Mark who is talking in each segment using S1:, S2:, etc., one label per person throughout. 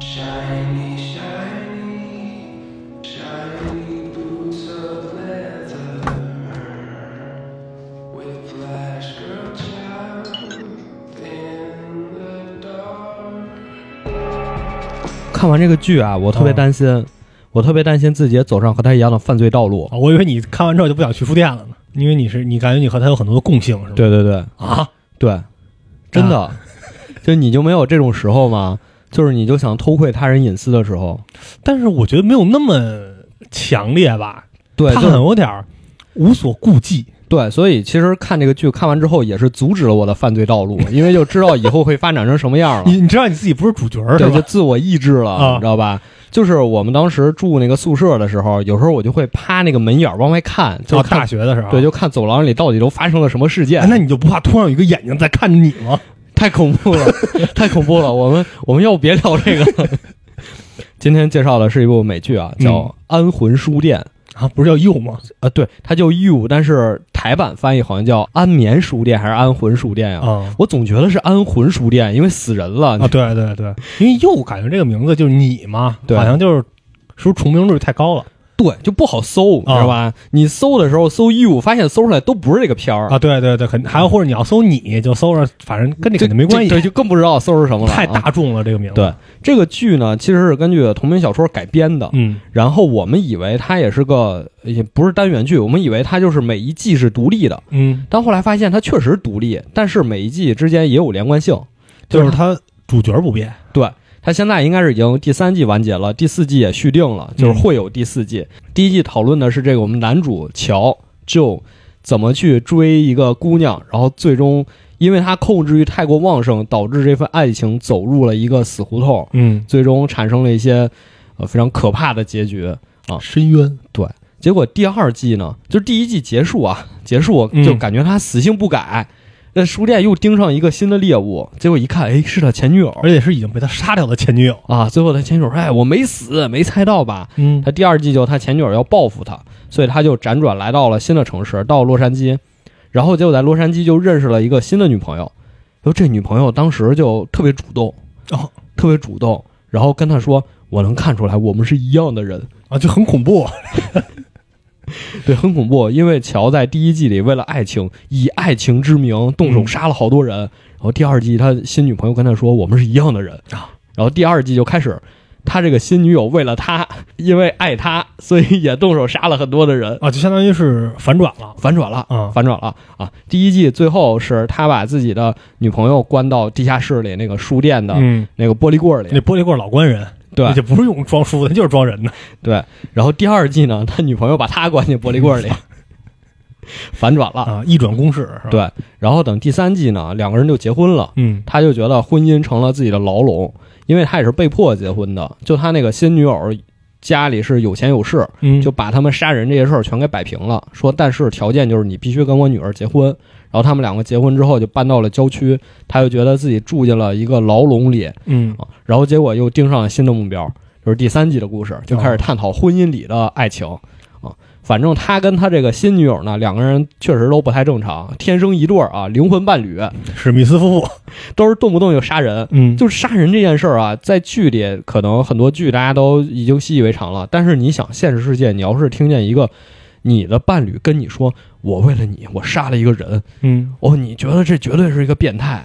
S1: Shiny, shiny, shiny boots of leather. Whiplash girl child in the dark.
S2: 看完这个剧啊，我特别担心，我特别担心自己也走上和他一样的犯罪道路。
S3: 啊我以为你看完之后就不想去书店了呢，因为你是你感觉你和他有很多的共性，是吗？
S2: 对对对
S3: 啊，
S2: 对，真的，啊 就你就没有这种时候吗？就是你就想偷窥他人隐私的时候，
S3: 但是我觉得没有那么强烈吧，
S2: 对，
S3: 他
S2: 就
S3: 很有点儿无所顾忌。
S2: 对，所以其实看这个剧看完之后也是阻止了我的犯罪道 路，因为就知道以后会发展成什么样 了。
S3: 你你知道你自己不是主角儿是
S2: 对，就
S3: 吧？
S2: 自我抑制了，
S3: 啊
S2: 你知道吧？就是我们当时住那个宿舍的时候，有时候我就会趴那个门眼儿往外看，就
S3: 到
S2: 啊看、
S3: 大学的时候，
S2: 对，就看走廊里到底都发生了什么事件。
S3: 哎那你就不怕突然有一个眼睛在看着你吗？
S2: 太恐怖 了，太恐怖了！我们我们要不别聊这个了。今天介绍的是一部美剧啊，叫
S3: 嗯
S2: 《安魂书店》
S3: 啊，不是叫 you 吗？
S2: 啊，对，它叫《You》，但是台版翻译好像叫《安眠书店》还是《安魂书店》呀？
S3: 啊
S2: 我总觉得是《安魂书店》，因为死人了。
S3: 啊，对对对，因为 you 感觉这个名字就是你嘛，
S2: 对
S3: 好像就是是不是重名率太高了
S2: 对，就不好搜，
S3: 啊
S2: 你知道吧？你搜的时候搜 You，发现搜出来都不是这个片儿，
S3: 啊？对对对，肯还有或者你要搜你就搜着，反正跟这
S2: 这
S3: 肯定没关系，
S2: 对，就更不知道搜是什么了。
S3: 太
S2: 啊
S3: 大众了这个名字。
S2: 对，这个剧呢，其实是根据同名小说改编的。
S3: 嗯
S2: 然后我们以为它也是个，也不是单元剧，我们以为它就是每一季是独立的，
S3: 嗯，
S2: 但后来发现它确实独立，但是每一季之间也有连贯性。
S3: 就是他主角不变，
S2: 它现在应该是已经第三季完结了，第四季也续订了，就是会有第四季。第一季讨论的是这个我们男主乔 Joe 怎么去追一个姑娘，然后最终因为他控制欲太过旺盛，导致这份爱情走入了一个死胡同，
S3: 嗯，
S2: 最终产生了一些呃非常可怕的结局。
S3: 深渊。
S2: 结果第二季呢，就是第一季结束啊， 结束
S3: 嗯
S2: 就感觉他死性不改，那、书店又盯上一个新的猎物，结果一看，哎，是他前女友
S3: 而且是已经被他杀掉的前女友。
S2: 啊。最后他前女友说，哎，我没死，没猜到吧？
S3: 嗯
S2: 他第二季就他前女友要报复他，所以他就辗转来到了新的城市，到洛杉矶，然后结果在洛杉矶就认识了一个新的女朋友，然后这女朋友当时就特别主动，
S3: 哦
S2: 特别主动，然后跟他说，我能看出来我们是一样的人。
S3: 啊，就很恐怖。
S2: 对，很恐怖。因为乔在第一季里为了爱情，以爱情之名动
S3: 嗯
S2: 手杀了好多人。然后第二季他新女朋友跟他说：“我们是一样的人。”
S3: 啊
S2: 然后第二季就开始，他这个新女友为了他，因为爱他，所以也动手杀了很多的人。
S3: 啊，就相当于是反转了。
S2: 反转了，
S3: 啊
S2: 反转了啊！第一季最后是他把自己的女朋友关到地下室里那个书店的
S3: 嗯，
S2: 那个玻璃柜里，
S3: 那玻璃罐老关人，
S2: 对
S3: 那就不是用装书的，就是装人的。
S2: 对。然后第二季呢，他女朋友把他关进玻璃柜 里，反转了。
S3: 啊，一转公式是吧？
S2: 对，然后等第三季呢，两个人就结婚了。
S3: 嗯
S2: 他就觉得婚姻成了自己的牢笼，因为他也是被迫结婚的。就他那个新女友家里是有钱有势，
S3: 嗯，
S2: 就把他们杀人这些事儿全给摆平了。说但是条件就是你必须跟我女儿结婚。然后他们两个结婚之后就搬到了郊区，他就觉得自己住进了一个牢笼里
S3: 嗯
S2: 啊。然后结果又盯上了新的目标，就是第三季的故事，就开始探讨婚姻里的爱情啊。反正他跟他这个新女友呢，两个人确实都不太正常，天生一对儿啊，灵魂伴侣，
S3: 史密斯夫妇。
S2: 都是动不动就杀人。
S3: 嗯
S2: 就是杀人这件事儿啊，在剧里可能很多剧大家都已经习以为常了，但是你想，现实世界你要是听见一个你的伴侣跟你说“我为了你，我杀了一个人
S3: 嗯”，，
S2: 哦，你觉得这绝对是一个变态，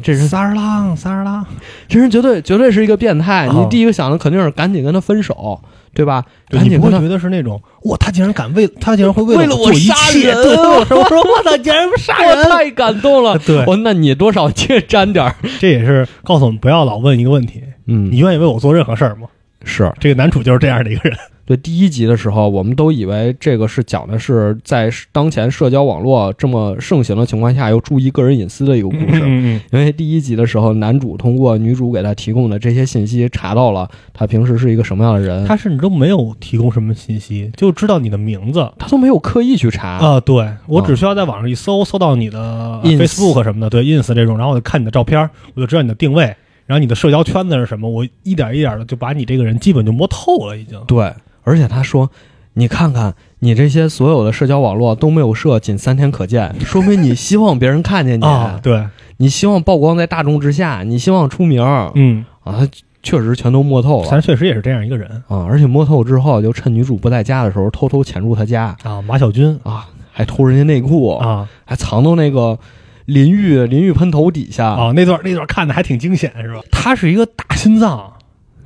S2: 这人
S3: 三十郎，三十郎，
S2: 这人绝对绝对是一个变态，
S3: 啊
S2: 你第一个想的肯定是赶紧跟他分手，对吧？
S3: 对
S2: 赶
S3: 你
S2: 紧
S3: 不
S2: 跟
S3: 会
S2: 他
S3: 觉得是那种哇，他竟然敢为，他竟然会
S2: 为
S3: 了
S2: 了
S3: 我做一
S2: 杀
S3: 切，
S2: 人，
S3: 对，
S2: 我说
S3: 我说我操，竟然杀
S2: 我
S3: 人！，
S2: 太感动了
S3: 对
S2: 哦，那你多少借沾 点儿，
S3: 这也是告诉我们不要老问一个问题：你
S2: 嗯，
S3: 愿意为我做任何事儿吗？
S2: 是。
S3: 这个男主就是这样的一个人。
S2: 对第一集的时候，我们都以为这个是讲的是在当前社交网络这么盛行的情况下，要注意个人隐私的一个故事。
S3: 嗯嗯
S2: 因为第一集的时候，男主通过女主给他提供的这些信息，查到了他平时是一个什么样的人。
S3: 他甚至都没有提供什么信息，就知道你的名字。
S2: 他都没有刻意去查，
S3: 啊，对我
S2: 啊
S3: 只需要在网上一搜，搜到你的呃
S2: Ins
S3: Facebook 什么的，对 Ins 这种，然后我就看你的照片，我就知道你的定位，然后你的社交圈子是什么，我一点一点的就把你这个人基本就摸透了，已经。
S2: 对，而且他说：“你看看，你这些所有的社交网络都没有设仅三天可见，说明你希望别人看见你，
S3: 啊，对，
S2: 你希望曝光在大众之下，你希望出名儿。
S3: 嗯，
S2: 啊，确实全都摸透了
S3: 咱确实也是这样一个人
S2: 啊！而且摸透之后，就趁女主不在家的时候，偷偷潜入她家
S3: 啊，马小军
S2: 啊，还偷人家内裤，
S3: 啊
S2: 还藏到那个淋浴淋浴喷头底下。
S3: 啊，那段那段看的还挺惊险，是吧？他是一个大心脏，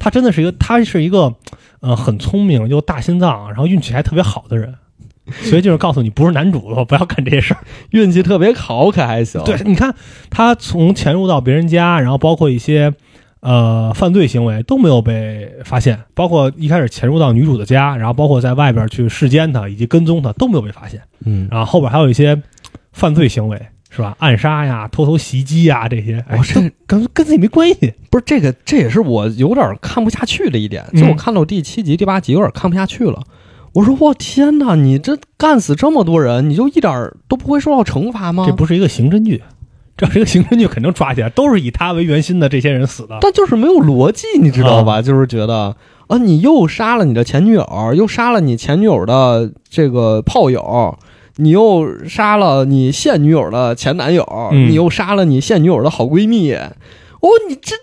S3: 他真的是一个，他是一个，呃，很聪明又大心脏，然后运气还特别好的人。所以就是告诉你，不是男主的话，不要干这些事儿。
S2: 运气特别好，可还行。
S3: 对，你看他从潜入到别人家，然后包括一些呃犯罪行为都没有被发现，包括一开始潜入到女主的家，然后包括在外边去视奸她以及跟踪她都没有被发现，
S2: 嗯，
S3: 然后后边还有一些犯罪行为是吧？暗杀呀、偷偷袭击呀这些，哎
S2: 我，这
S3: 都跟跟自己没关系。
S2: 不是这个，这也是我有点看不下去的一点。
S3: 嗯
S2: 就我看到第七集、第八集，有点看不下去了。我说我天哪，你这干死这么多人，你就一点儿都不会受到惩罚吗？
S3: 这不是一个刑侦剧，这要是一个刑侦剧，肯定抓起来都是以他为圆心的这些人死的。
S2: 但就是没有逻辑，你知道吧？就是觉得啊，你又杀了你的前女友，又杀了你前女友的这个炮友，你又杀了你现女友的前男友，
S3: 嗯
S2: 你又杀了你现女友的好闺蜜。哦，你这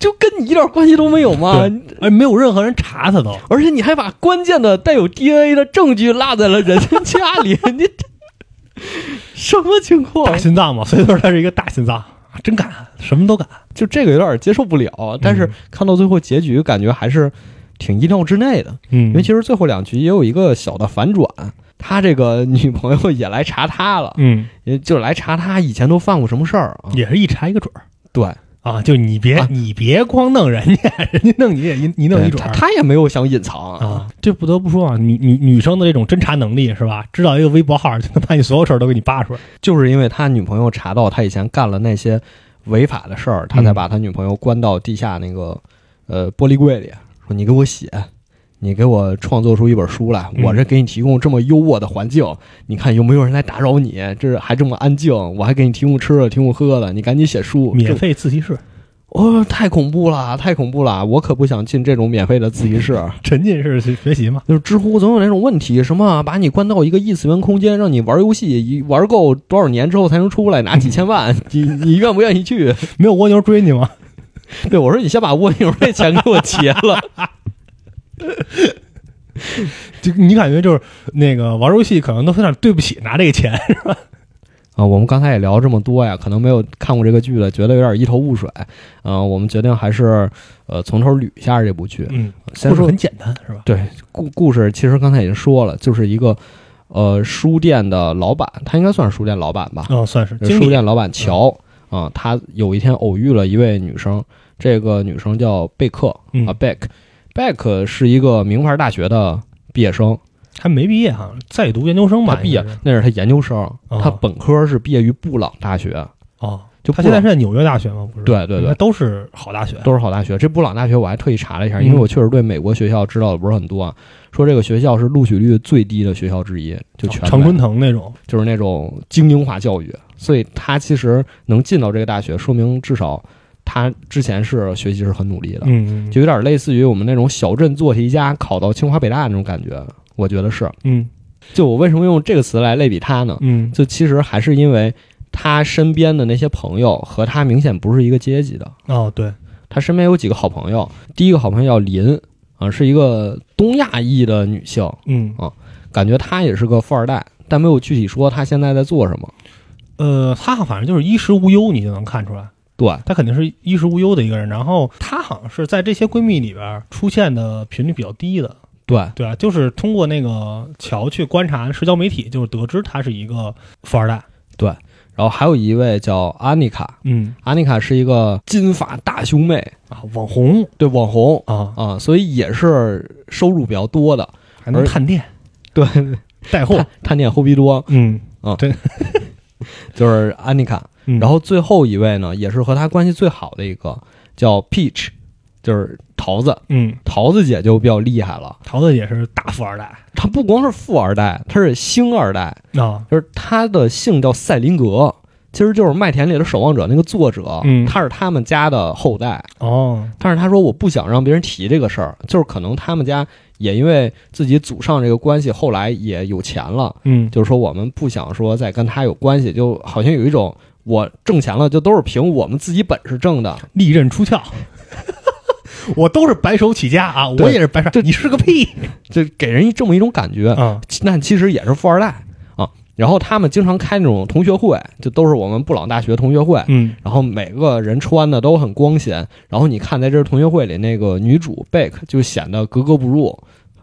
S2: 就跟你一点关系都没有吗？
S3: 对哎，没有任何人查他都。
S2: 而且你还把关键的带有 DNA 的证据落在了人家家 里，你这什么情况
S3: 大？心脏嘛，所以说他是一个大心脏，啊真敢，什么都敢。
S2: 就这个有点接受不了，但是
S3: 嗯
S2: 看到最后结局，感觉还是挺意料之内的。
S3: 嗯
S2: 因为其实最后两局也有一个小的反转，他这个女朋友也来查他了，
S3: 嗯，
S2: 也就来查他以前都犯过什么事儿啊？
S3: 也是一查一个准儿
S2: 对，
S3: 啊！就你别、
S2: 啊
S3: 你别光弄人家，人家弄你也你你弄一
S2: 对
S3: 准
S2: 他
S3: 儿
S2: 他也没有想隐藏
S3: 啊！这不得不说啊，女女女生的这种侦查能力是吧？知道一个微博号就能把你所有事儿都给你扒出来。
S2: 就是因为他女朋友查到他以前干了那些违法的事儿，他才把他女朋友关到地下那个呃玻璃柜里，说你给我写，你给我创作出一本书来，
S3: 嗯
S2: 我这给你提供这么优渥的环境，你看有没有人来打扰你？这还这么安静，我还给你提供吃的，提供喝的，你赶紧写书，
S3: 免
S2: 这。
S3: 费自习室，
S2: 哦，太恐怖了，太恐怖了！我可不想进这种免费的自习室。
S3: 沉浸式学学习嘛。
S2: 就是知乎总有那种问题，什么啊把你关到一个异次元空间，让你玩游戏，一玩够多少年之后才能出来，拿几千万，你你愿不愿意去？
S3: 没有蜗牛追你吗？
S2: 对我说，你先把蜗牛那钱给我结了。
S3: 就你感觉就是那个玩游戏可能都有点对不起拿这个钱。
S2: 啊，我们刚才也聊这么多呀，可能没有看过这个剧的，觉得有点一头雾水。嗯、我们决定还是呃从头捋一下这部剧。
S3: 嗯，
S2: 先
S3: 故事
S2: 说
S3: 很简单是吧？
S2: 对故故事，其实刚才已经说了，就是一个呃书店的老板，他应该算是书店老板吧？
S3: 嗯，算是
S2: 这
S3: 经
S2: 书
S3: 理
S2: 店老板乔
S3: 嗯
S2: 啊、他有一天偶遇了一位女生，这个女生叫贝克
S3: 嗯
S2: 啊，贝克，贝克是一个名牌大学的毕业生，
S3: 还没毕业哈，在读研究生
S2: 他
S3: 吧？
S2: 毕
S3: 应
S2: 业
S3: 该是
S2: 那是他研究生，
S3: 哦
S2: 他本科是毕业于布朗大学，
S3: 哦，
S2: 就布
S3: 他现在
S2: 朗
S3: 是在嗯纽约大学吗？不是，
S2: 对对
S3: 应该
S2: 对。
S3: 都是好大学。
S2: 都是好大学，这布朗大学我还特意查了一下，因为
S3: 嗯
S2: 我确实对美国学校知道的不是很多啊。说这个学校是录取率最低的学校之一，就全美
S3: 啊常春藤那种，
S2: 就是那种精英化教育，所以他其实能进到这个大学，说明至少他之前是学习是很努力的，
S3: 嗯
S2: 就有点类似于我们那种小镇做题家考到清华北大那种感觉。我觉得是，
S3: 嗯
S2: 就我为什么用这个词来类比他呢？
S3: 嗯
S2: 就其实还是因为他身边的那些朋友和他明显不是一个阶级的。
S3: 哦对，
S2: 他身边有几个好朋友，第一个好朋友叫林啊，是一个东亚裔的女性，
S3: 嗯
S2: 感觉她也是个富二代，但没有具体说她现在在做什么。
S3: 呃，他反正就是衣食无忧，你就能看出来，
S2: 对，
S3: 他肯定是衣食无忧的一个人。然后他好像是在这些闺蜜里边出现的频率比较低的，
S2: 对，
S3: 对啊，就是通过那个乔去观察社交媒体，就是得知他是一个富二代。
S2: 然后还有一位叫安妮卡，
S3: 嗯
S2: 安妮卡是一个金发大胸妹，
S3: 啊，网红
S2: 对网红
S3: 啊，
S2: 啊，所以也是收入比较多的，
S3: 还能
S2: 而
S3: 探店
S2: 对，
S3: 带货
S2: 探。探店后鼻多
S3: 嗯
S2: 就是安妮卡。
S3: 嗯，
S2: 然后最后一位呢，也是和她关系最好的一个叫 Peach，就是桃子。
S3: 嗯，
S2: 桃子姐就比较厉害了，
S3: 桃子也是大富二代
S2: 她不光是富二代，她是星二代，
S3: 啊，
S2: 就是她的姓叫赛林格，其实就是《麦田里的守望者》那个作者，
S3: 嗯
S2: 他是他们家的后代。
S3: 哦，
S2: 但是他说我不想让别人提这个事儿，就是可能他们家也因为自己祖上这个关系，后来也有钱了，
S3: 嗯
S2: 就是说我们不想说再跟他有关系，就好像有一种我挣钱了就都是凭我们自己本事挣的，
S3: 利刃出鞘， 我都是白手起家啊，
S2: 对
S3: 我也是白手，
S2: 这
S3: 你是个屁
S2: 这给人一这么一种感觉。
S3: 啊！
S2: 那其实也是富二代啊。然后他们经常开那种同学会，就都是我们布朗大学同学会。
S3: 嗯
S2: 然后每个人穿的都很光鲜，然后你看在这同学会里，那个女主贝克就显得格格不入，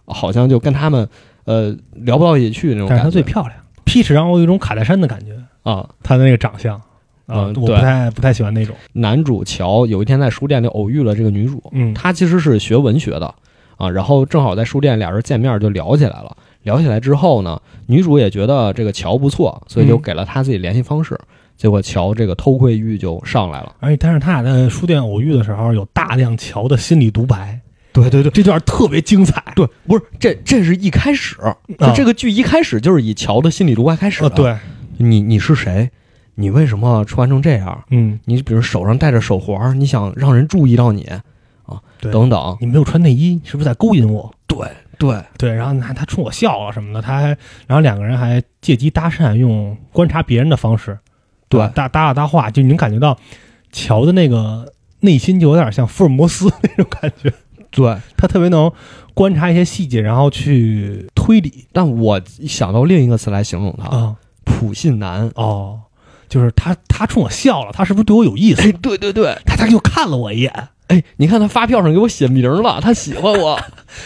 S2: 好像就跟他们呃聊不到一起去那种
S3: 但
S2: 感觉。
S3: 是她最漂亮，Peach 让我有一种卡戴珊的感觉，
S2: 啊，
S3: 她的那个长相啊，
S2: 嗯
S3: 我不
S2: 对
S3: 太不太喜欢那种。
S2: 男主乔有一天在书店里偶遇了这个女主，
S3: 嗯
S2: 他其实是学文学的啊，然后正好在书店俩人见面就聊起来了。聊起来之后呢，女主也觉得这个乔不错，所以就
S3: 嗯
S2: 给了他自己联系方式。结果乔这个偷窥欲就上来了，
S3: 而且，但是他俩在书店偶遇的时候，有大量乔的心理独白，
S2: 对对对
S3: 这段特别精彩。
S2: 对，不是这这是一开始，就
S3: 啊
S2: 这个剧一开始就是以乔的心理独白开始的。
S3: 呃，，对，
S2: 你你是谁？你为什么穿成这样？
S3: 嗯，
S2: 你比如手上戴着手环，你想让人注意到你啊？
S3: 对
S2: 等等，
S3: 你没有穿内衣，你是不是在勾引我？
S2: 对对，
S3: 对，然后他他冲我笑啊什么的，他还，然后两个人还借机搭讪，用观察别人的方式，
S2: 对
S3: 啊搭搭了搭话，就你能感觉到乔的那个内心就有点像福尔摩斯 那种感觉，
S2: 对，
S3: 他特别能观察一些细节，然后去推理
S2: 但我想到另一个词来形容他，
S3: 啊、
S2: 普信男。
S3: 哦，就是他他冲我笑了，他是不是对我有意思？
S2: 哎，对对对，
S3: 他他就看了我一眼，
S2: 哎，你看他发票上给我写名了，他喜欢 我。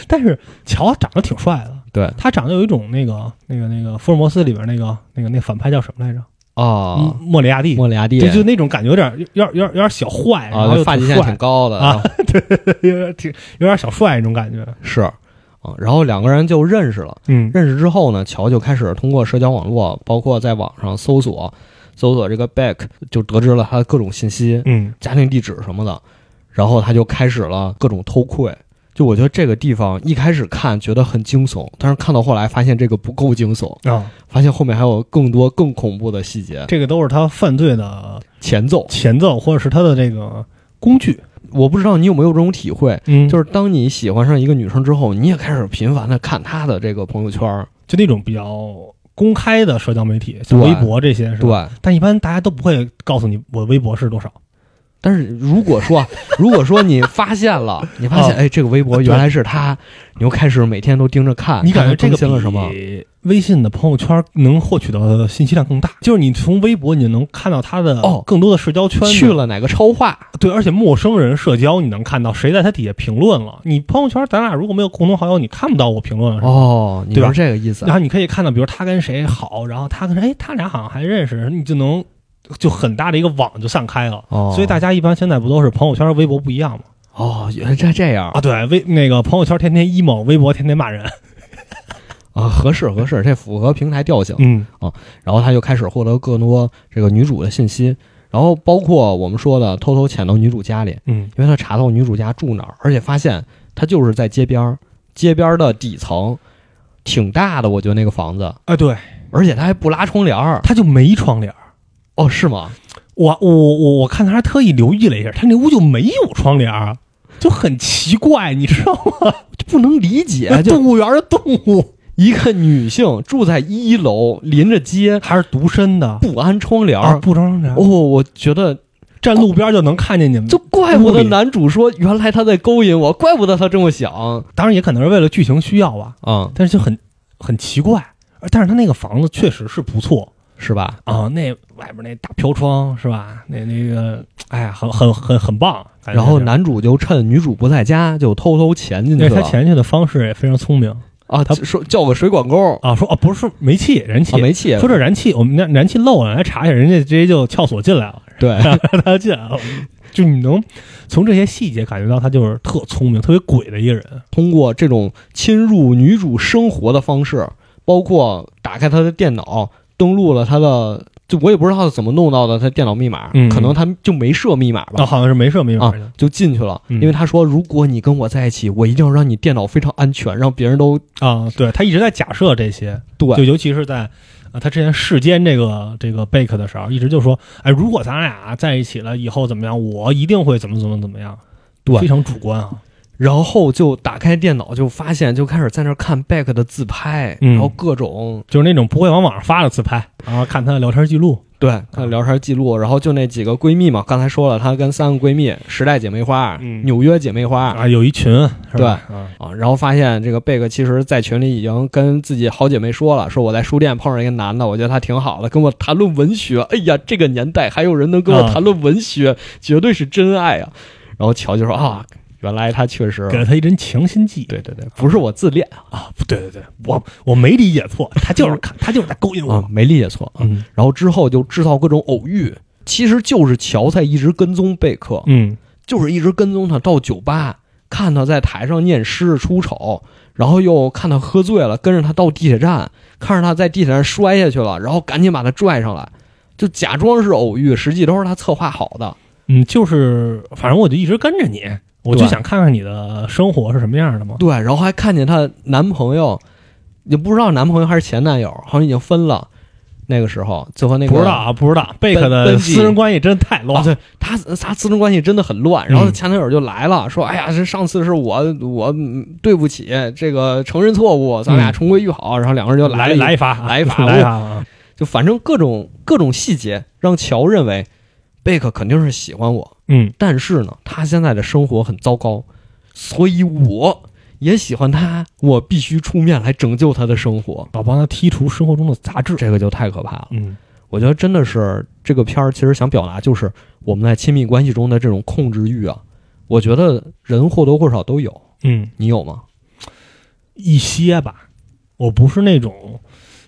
S3: 但是乔啊长得挺帅的，
S2: 对
S3: 他长得有一种那个那个那个福尔摩斯里边那个那个那反派叫什么来着？
S2: 啊，
S3: 莫里亚蒂。
S2: 莫里亚蒂
S3: 就就那种感觉，有点有点有点有点小坏，然后
S2: 啊，
S3: 又
S2: 发际线挺
S3: 帅，
S2: 高的
S3: 啊，有点挺有点小帅那种感觉。
S2: 是啊，然后两个人就认识了。
S3: 嗯
S2: 认识之后呢，乔就开始通过社交网络，包括在网上搜索，搜索这个 Beck，就得知了他的各种信息、
S3: 嗯，
S2: 家庭地址什么的，然后他就开始了各种偷窥。就我觉得这个地方一开始看觉得很惊悚，但是看到后来发现这个不够惊悚，
S3: 啊，
S2: 发现后面还有更多更恐怖的细节
S3: 这个都是他犯罪的
S2: 前奏。
S3: 前奏，或者是他的这个工具。
S2: 我不知道你有没有这种体会，
S3: 嗯
S2: 就
S3: 就
S2: 是是当你喜欢上一个女生之后，你也开始频繁的看她的这个朋友圈儿，
S3: 就那种比较公开的社交媒体，像
S2: 对
S3: 微博这些是吧？
S2: 对。
S3: 对，但一般大家都不会告诉你我微博是多少。
S2: 但是如果说， 如果说你发现了，你发现
S3: 哦
S2: 哎，这个微博原来是他，你又开始每天都盯着看，
S3: 你感觉
S2: 看
S3: 这
S2: 啊他
S3: 个
S2: 更新了什么？
S3: 比微信的朋友圈能获取到的信息量更大，就是你从微博你能看到他的
S2: 哦
S3: 更多的社交圈子
S2: 去了哪个超话？
S3: 对，而且陌生人社交你能看到谁在他底下评论了。你朋友圈咱俩如果没有共同好友，你看不到我评论了。是吧
S2: 哦，你
S3: 对
S2: 是
S3: 吧
S2: 这个意思
S3: 然？后你可以看到，比如他跟谁好，然后他跟谁，哎，他俩好像还认识，你就能就很大的一个网就散开了。
S2: 哦，
S3: 所以大家一般现在不都是朋友圈、和微博不一样吗？
S2: 哦，原来这这样
S3: 啊，对，微那个朋友圈天天 emo，微博天天骂人。
S2: 啊，合适合适，这符合平台调性。
S3: 嗯
S2: 然后他就开始获得更多这个女主的信息，然后包括我们说的偷偷潜到女主家里，
S3: 嗯，
S2: 因为他查到女主家住哪儿，而且发现他就是在街边儿，街边儿的底层挺大的，我觉得那个房子，
S3: 哎，对，
S2: 而且他还不拉窗帘儿。
S3: 他就没窗帘儿。
S2: 哦，是吗？
S3: 我我我我看他还特意留意了一下，他那屋就没有窗帘儿，就很奇怪，你知道吗？
S2: 就不能理解，
S3: 那
S2: 就
S3: 动物园的动物
S2: 一个女性住在一楼，临着街，
S3: 还是独身的，
S2: 不安窗帘
S3: 啊，
S2: 儿。
S3: 不装人
S2: 哦，，我觉得
S3: 站路边就能看见你们。
S2: 就怪不
S3: 屋
S2: 得
S3: 里
S2: 男主说原来他在勾引我，怪不得他这么想
S3: 当然也可能是为了剧情需要吧，
S2: 啊、嗯，
S3: 但是就很很奇怪。而但是他那个房子确实是不错
S2: 是吧？
S3: 啊，那外边那大飘窗是吧？那那个，哎呀，很很很很棒。感觉
S2: 然后
S3: 是，
S2: 男主就趁女主不在家，就偷偷潜进去
S3: 那
S2: 了
S3: 他前去的方式也非常聪明
S2: 啊，他说叫个水管工
S3: 啊，说哦不是煤气，燃气
S2: 啊，，煤气，
S3: 说这燃气，我们那燃气漏了，来查一下，人家直接就撬锁进来了，
S2: 对，
S3: 让他进来了。 就你能从这些细节感觉到他就是特聪明、特别鬼的一个人。
S2: 通过这种侵入女主生活的方式，包括打开她的电脑，登录了她的，就我也不知道她怎么弄到的她电脑密码，
S3: 嗯
S2: 可能她就没设密码
S3: 啊，
S2: 吧，
S3: 好像是没事没法
S2: 啊
S3: 的。
S2: 就进去了。
S3: 嗯
S2: 因为她说，如果你跟我在一起，我一定要让你电脑非常安全，让别人都
S3: 啊，对他一直在假设这些，就
S2: 对
S3: 尤其是在啊，他之前世间这个这个贝克的时候，一直就说，哎，如果咱俩在一起了以后怎么样，我一定会怎么怎么怎么样，非
S2: 对，
S3: 常主观啊。
S2: 然后就打开电脑，就发现就开始在那儿看 Beck 的自拍，
S3: 嗯
S2: 然后各种
S3: 就是那种不会往网上发的自拍，然后看他的聊天记录，
S2: 对，看聊天记录，然后就那几个闺蜜嘛，刚才说了，她跟三个闺蜜，时代姐妹花、
S3: 嗯
S2: 纽约姐妹花
S3: 啊，有一群，是
S2: 对
S3: 吧？啊
S2: 啊，然后发现这个贝克其实在群里已经跟自己好姐妹说了，说我在书店碰上一个男的，我觉得他挺好的，跟我谈论文学。哎呀，这个年代还有人能跟我
S3: 啊
S2: 谈论文学，绝对是真爱啊！然后乔就说啊，原来他确实
S3: 给了他一针强心剂。
S2: 对对对，不是我自恋
S3: 啊，不对对对，我我没理解错，他就是看他就是在勾引
S2: 啊
S3: 我。，
S2: 没理解错啊。
S3: 嗯
S2: 然后之后就制造各种偶遇，其实就是乔在一直跟踪贝克，
S3: 嗯
S2: 就是一直跟踪他到酒吧，看他在台上念诗出丑，然后又看他喝醉了，跟着他到地铁站，看着他在地铁站摔下去了，然后赶紧把他拽上来，就假装是偶遇，实际都是他策划好的。
S3: 嗯，就是反正我就一直跟着你，我就
S2: 对
S3: 想看看你的生活是什么样的嘛。
S2: 对，然后还看见她男朋友，也不知道男朋友还是前男友，好像已经分了。那个时候就和那个
S3: 不知道啊，不知道贝克
S2: 奔
S3: 的
S2: 奔机
S3: 私人关系真的太
S2: 啊，
S3: 乱。
S2: 对他他私人关系真的很乱。然后
S3: 嗯
S2: 前男友就来了，说：“哎呀，这上次是我我嗯对不起，这个承认错误，咱俩
S3: 嗯
S2: 重归于好。然后两个人就
S3: 来
S2: 了一
S3: 一发啊，
S2: 来
S3: 来
S2: 一发
S3: 发，一发啊！
S2: 就反正各种各种细节让乔认为贝克肯定是喜欢我，
S3: 嗯
S2: 但是呢，他现在的生活很糟糕，所以我也喜欢他，我必须出面来拯救他的生活。
S3: 老帮他剔除生活中的杂质。
S2: 这个就太可怕了。
S3: 嗯
S2: 我觉得真的是这个片儿，其实想表达就是我们在亲密关系中的这种控制欲啊，我觉得人或多或少都有，
S3: 嗯，
S2: 你有吗？
S3: 一些吧，我不是那种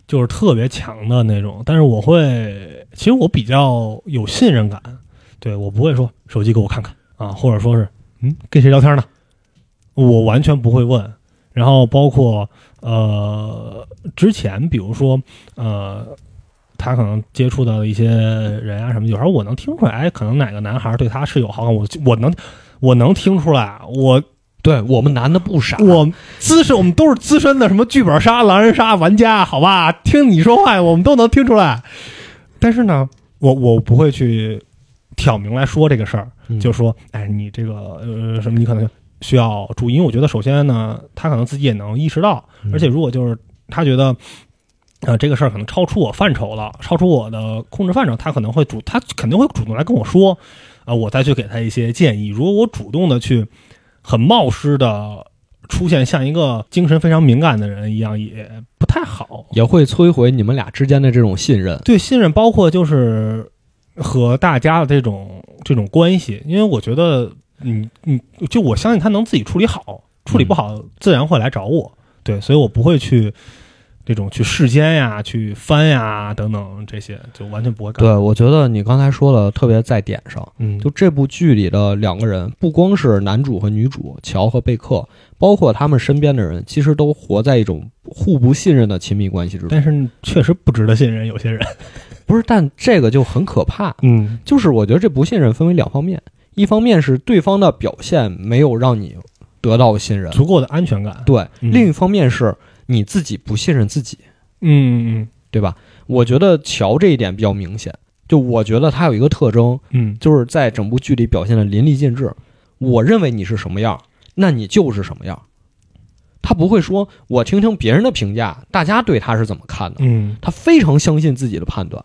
S3: 就是特别强的那种，但是我会，其实我比较有信任感，对我不会说手机给我看看啊，或者说是嗯跟谁聊天呢，我完全不会问。然后包括呃之前，比如说呃。他可能接触到的一些人啊什么，有时候我能听出来，哎可能哪个男孩对他是有好感，我我能我能听出来，我
S2: 对我们男的不傻，
S3: 我资深，我们都是资深的，什么剧本杀、狼人杀玩家，好吧？听你说话，我们都能听出来。但是呢，我我不会去挑明来说这个事儿，
S2: 嗯
S3: 就说，哎，你这个呃什么，你可能需要注意。因为我觉得，首先呢，他可能自己也能意识到，
S2: 嗯
S3: 而且如果就是他觉得。呃，这个事儿可能超出我范畴了，超出我的控制范畴，他可能会主，他肯定会主动来跟我说，啊、我再去给他一些建议。如果我主动的去很冒失的出现，像一个精神非常敏感的人一样，也不太好。
S2: 也会摧毁你们俩之间的这种信任。
S3: 对信任，包括就是和大家的这种这种关系，因为我觉得，嗯嗯，就我相信他能自己处理好，处理不好自然会来找我。对，所以我不会去这种去世间呀、去翻呀等等这些，就完全不会干。
S2: 对，我觉得你刚才说的特别在点上。
S3: 嗯，
S2: 就这部剧里的两个人，不光是男主和女主乔和贝克，包括他们身边的人，其实都活在一种互不信任的亲密关系之中。
S3: 但是确实不值得信任，有些人。
S2: 不是，但这个就很可怕。
S3: 嗯
S2: 就是我觉得这不信任分为两方面，一方面是对方的表现没有让你得到信任，
S3: 足够的安全感。
S2: 对；
S3: 嗯
S2: 另一方面是你自己不信任自己，
S3: 嗯嗯
S2: 对吧？我觉得乔这一点比较明显。就我觉得他有一个特征，
S3: 嗯
S2: 就是在整部剧里表现的淋漓尽致。我认为你是什么样，那你就是什么样。他不会说我听听别人的评价，大家对他是怎么看的。
S3: 嗯
S2: 他非常相信自己的判断。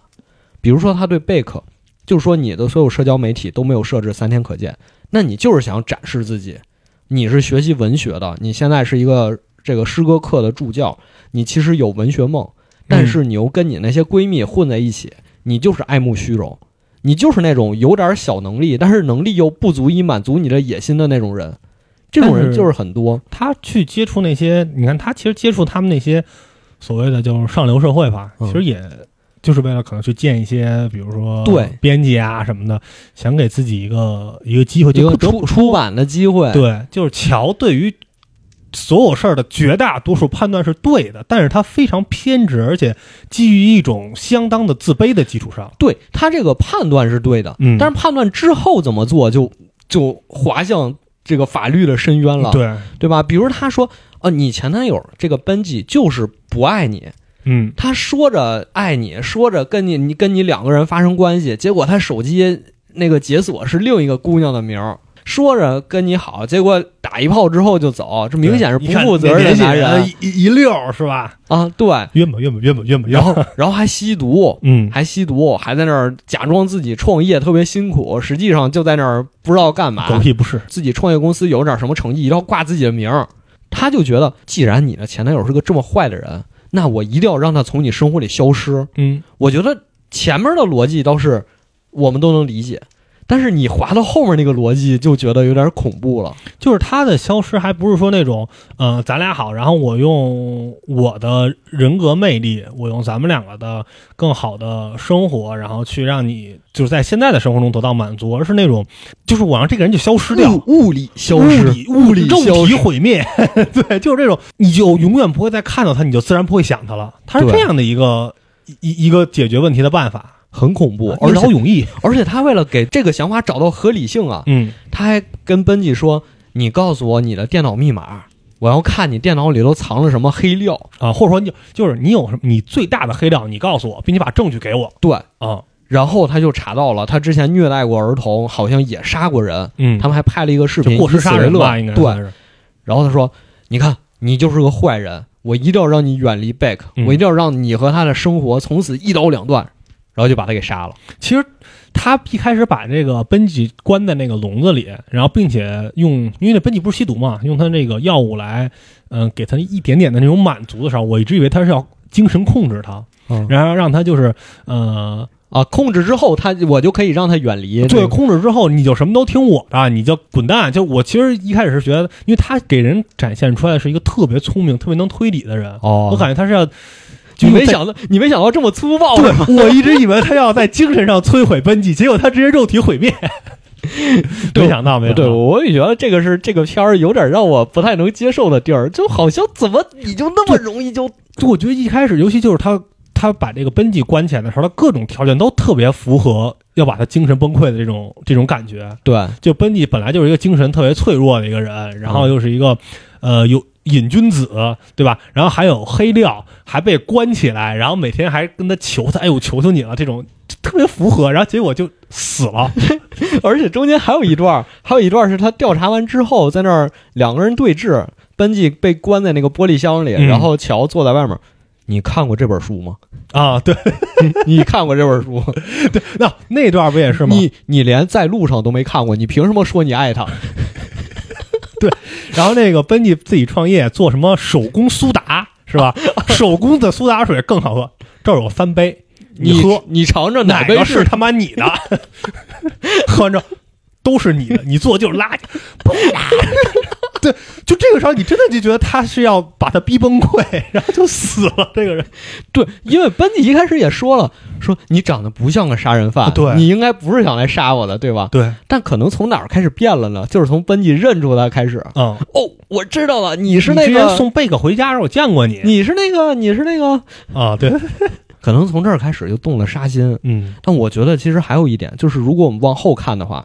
S2: 比如说，他对贝克就说你的所有社交媒体都没有设置三天可见，那你就是想展示自己，你是学习文学的，你现在是一个这个诗歌课的助教，你其实有文学梦，但是你又跟你那些闺蜜混在一起，你就是爱慕虚荣。你就是那种有点小能力，但是能力又不足以满足你的野心的那种人，这种人
S3: 但是
S2: 就是很多。
S3: 他去接触那些，你看他其实接触他们那些所谓的就是上流社会吧，
S2: 嗯
S3: 其实也就是为了可能去见一些，比如说
S2: 对
S3: 编辑啊什么的，想给自己一个一个机会，
S2: 一
S3: 就
S2: 个
S3: 不得
S2: 出
S3: 不
S2: 出版的机会，
S3: 对，就是乔对于所有事儿的绝大多数判断是对的，但是他非常偏执，而且基于一种相当的自卑的基础上，
S2: 对他这个判断是对的，
S3: 嗯
S2: 但是判断之后怎么做就就滑向这个法律的深渊了，
S3: 对，
S2: 对吧？比如他说，呃，你前男友这个奔吉就是不爱你，
S3: 嗯
S2: 他说着爱你，说着跟你你跟你两个人发生关系，结果他手机那个解锁是另一个姑娘的名儿。说着跟你好，结果打一炮之后就走，这明显是不负责任的
S3: 你看
S2: 男
S3: 那联
S2: 人
S3: 系人一一溜儿是吧？
S2: 啊！对，
S3: 冤吧冤吧冤吧冤吧，
S2: 然后然后还吸毒，
S3: 嗯，
S2: 还吸毒，还在那儿假装自己创业特别辛苦，实际上就在那儿不知道干嘛。
S3: 狗屁不是，
S2: 自己创业公司有点什么成绩，一定要挂自己的名儿。他就觉得，既然你的前男友是个这么坏的人，那我一定要让他从你生活里消失。
S3: 嗯，
S2: 我觉得前面的逻辑倒是我们都能理解，但是你滑到后面那个逻辑就觉得有点恐怖了。
S3: 就是他的消失还不是说那种，呃，咱俩好，然后我用我的人格魅力，我用咱们两个的更好的生活，然后去让你就是在现在的生活中得到满足，而是那种，就是我让这个人就消失掉，
S2: 物理消失
S3: 物，理物理
S2: 消失
S3: 肉体毁灭，对，就是这种，你就永远不会再看到他，你就自然不会想他了。他是
S2: 对
S3: 这样的一个一一个解决问题的办法，
S2: 很恐怖。
S3: 一
S2: 而
S3: 劳
S2: 且
S3: 永逸。
S2: 而且他为了给这个想法找到合理性啊，
S3: 嗯，
S2: 他还跟奔记说：“你告诉我你的电脑密码，我要看你电脑里头藏了什么黑料。
S3: 啊，或者说你就是你有什么你最大的黑料，你告诉我，并且把证据给我”
S2: 对，
S3: 啊。
S2: 然后他就查到了，他之前虐待过儿童，好像也杀过人。
S3: 嗯，
S2: 他们还拍了一个视频，
S3: 就过失杀
S2: 以此为
S3: 人
S2: 乐
S3: 吧，应该
S2: 对。
S3: 算是。
S2: 然后他说：“你看，你就是个坏人，我一定要让你远离贝克，
S3: 嗯
S2: 我一定要让你和他的生活从此一刀两断。”然后就把他给杀了。
S3: 其实他一开始把这个奔吉关在那个笼子里，然后并且用，因为那奔吉不是吸毒嘛，用他那个药物来，嗯、给他一点点的那种满足的时候，我一直以为他是要精神控制他，
S2: 嗯
S3: 然后让他就是，呃，
S2: 啊，控制之后他我就可以让他远离。
S3: 对，，控制之后你就什么都听我的，你就滚蛋。就我其实一开始是觉得，因为他给人展现出来的是一个特别聪明、特别能推理的人，
S2: 哦，
S3: 我感觉他是要，就
S2: 你没
S3: 在
S2: 想到，你没想到这么粗暴是吧？
S3: 对，我一直以为他要在精神上摧毁奔吉，结果他直接肉体 毁灭。
S2: 对
S3: 没想到，没想
S2: 对，
S3: 到，
S2: 我也觉得这个是这个片儿有点让我不太能接受的地儿，就好像怎么你就那么容易就
S3: 就我觉得一开始，尤其就是他他把这个奔吉关起来的时候，他各种条件都特别符合要把他精神崩溃的这种这种感觉。
S2: 对
S3: 就奔吉本来就是一个精神特别脆弱的一个人，然后
S2: 嗯
S3: 又是一个，呃，有瘾君子，对吧？然后还有黑料，还被关起来，然后每天还跟他求他，哎呦，我求求你了，这种特别符合，然后结果就死了。
S2: 而且中间还有一段儿，还有一段儿是他调查完之后，在那儿两个人对峙，奔记被关在那个玻璃箱里，
S3: 嗯
S2: 然后乔坐在外面。你看过这本书 吗？
S3: 啊，对
S2: 你看过这本书吗？
S3: 对，那那段不也是吗？
S2: 你你连在路上都没看过，你凭什么说你爱他？
S3: 然后那个奔吉自己创业做什么手工苏打是 吧？手工的苏打水更好喝，这儿有三杯，
S2: 你
S3: 喝
S2: 你尝尝
S3: 哪
S2: 杯
S3: 个是他妈你 的？喝完之后都是你的，你做的就是垃圾， 不啦。对，就这个时候，你真的就觉得他是要把他逼崩溃，然后就死了。这个人，
S2: 对，因为奔记一开始也说了，说你长得不像个杀人犯，
S3: 啊对
S2: 你应该不是想来杀我的，对吧？
S3: 对，
S2: 但可能从哪儿开始变了呢？就是从奔记认出他开始。
S3: 嗯，
S2: 哦，我知道了，你是
S3: 你
S2: 那
S3: 之前
S2: 个，
S3: 送贝克回家的时候，我见过你
S2: 你是那个，你是那个，
S3: 啊， 对，
S2: 可能从这儿开始就动了杀心。
S3: 嗯
S2: 但我觉得其实还有一点，就是如果我们往后看的话，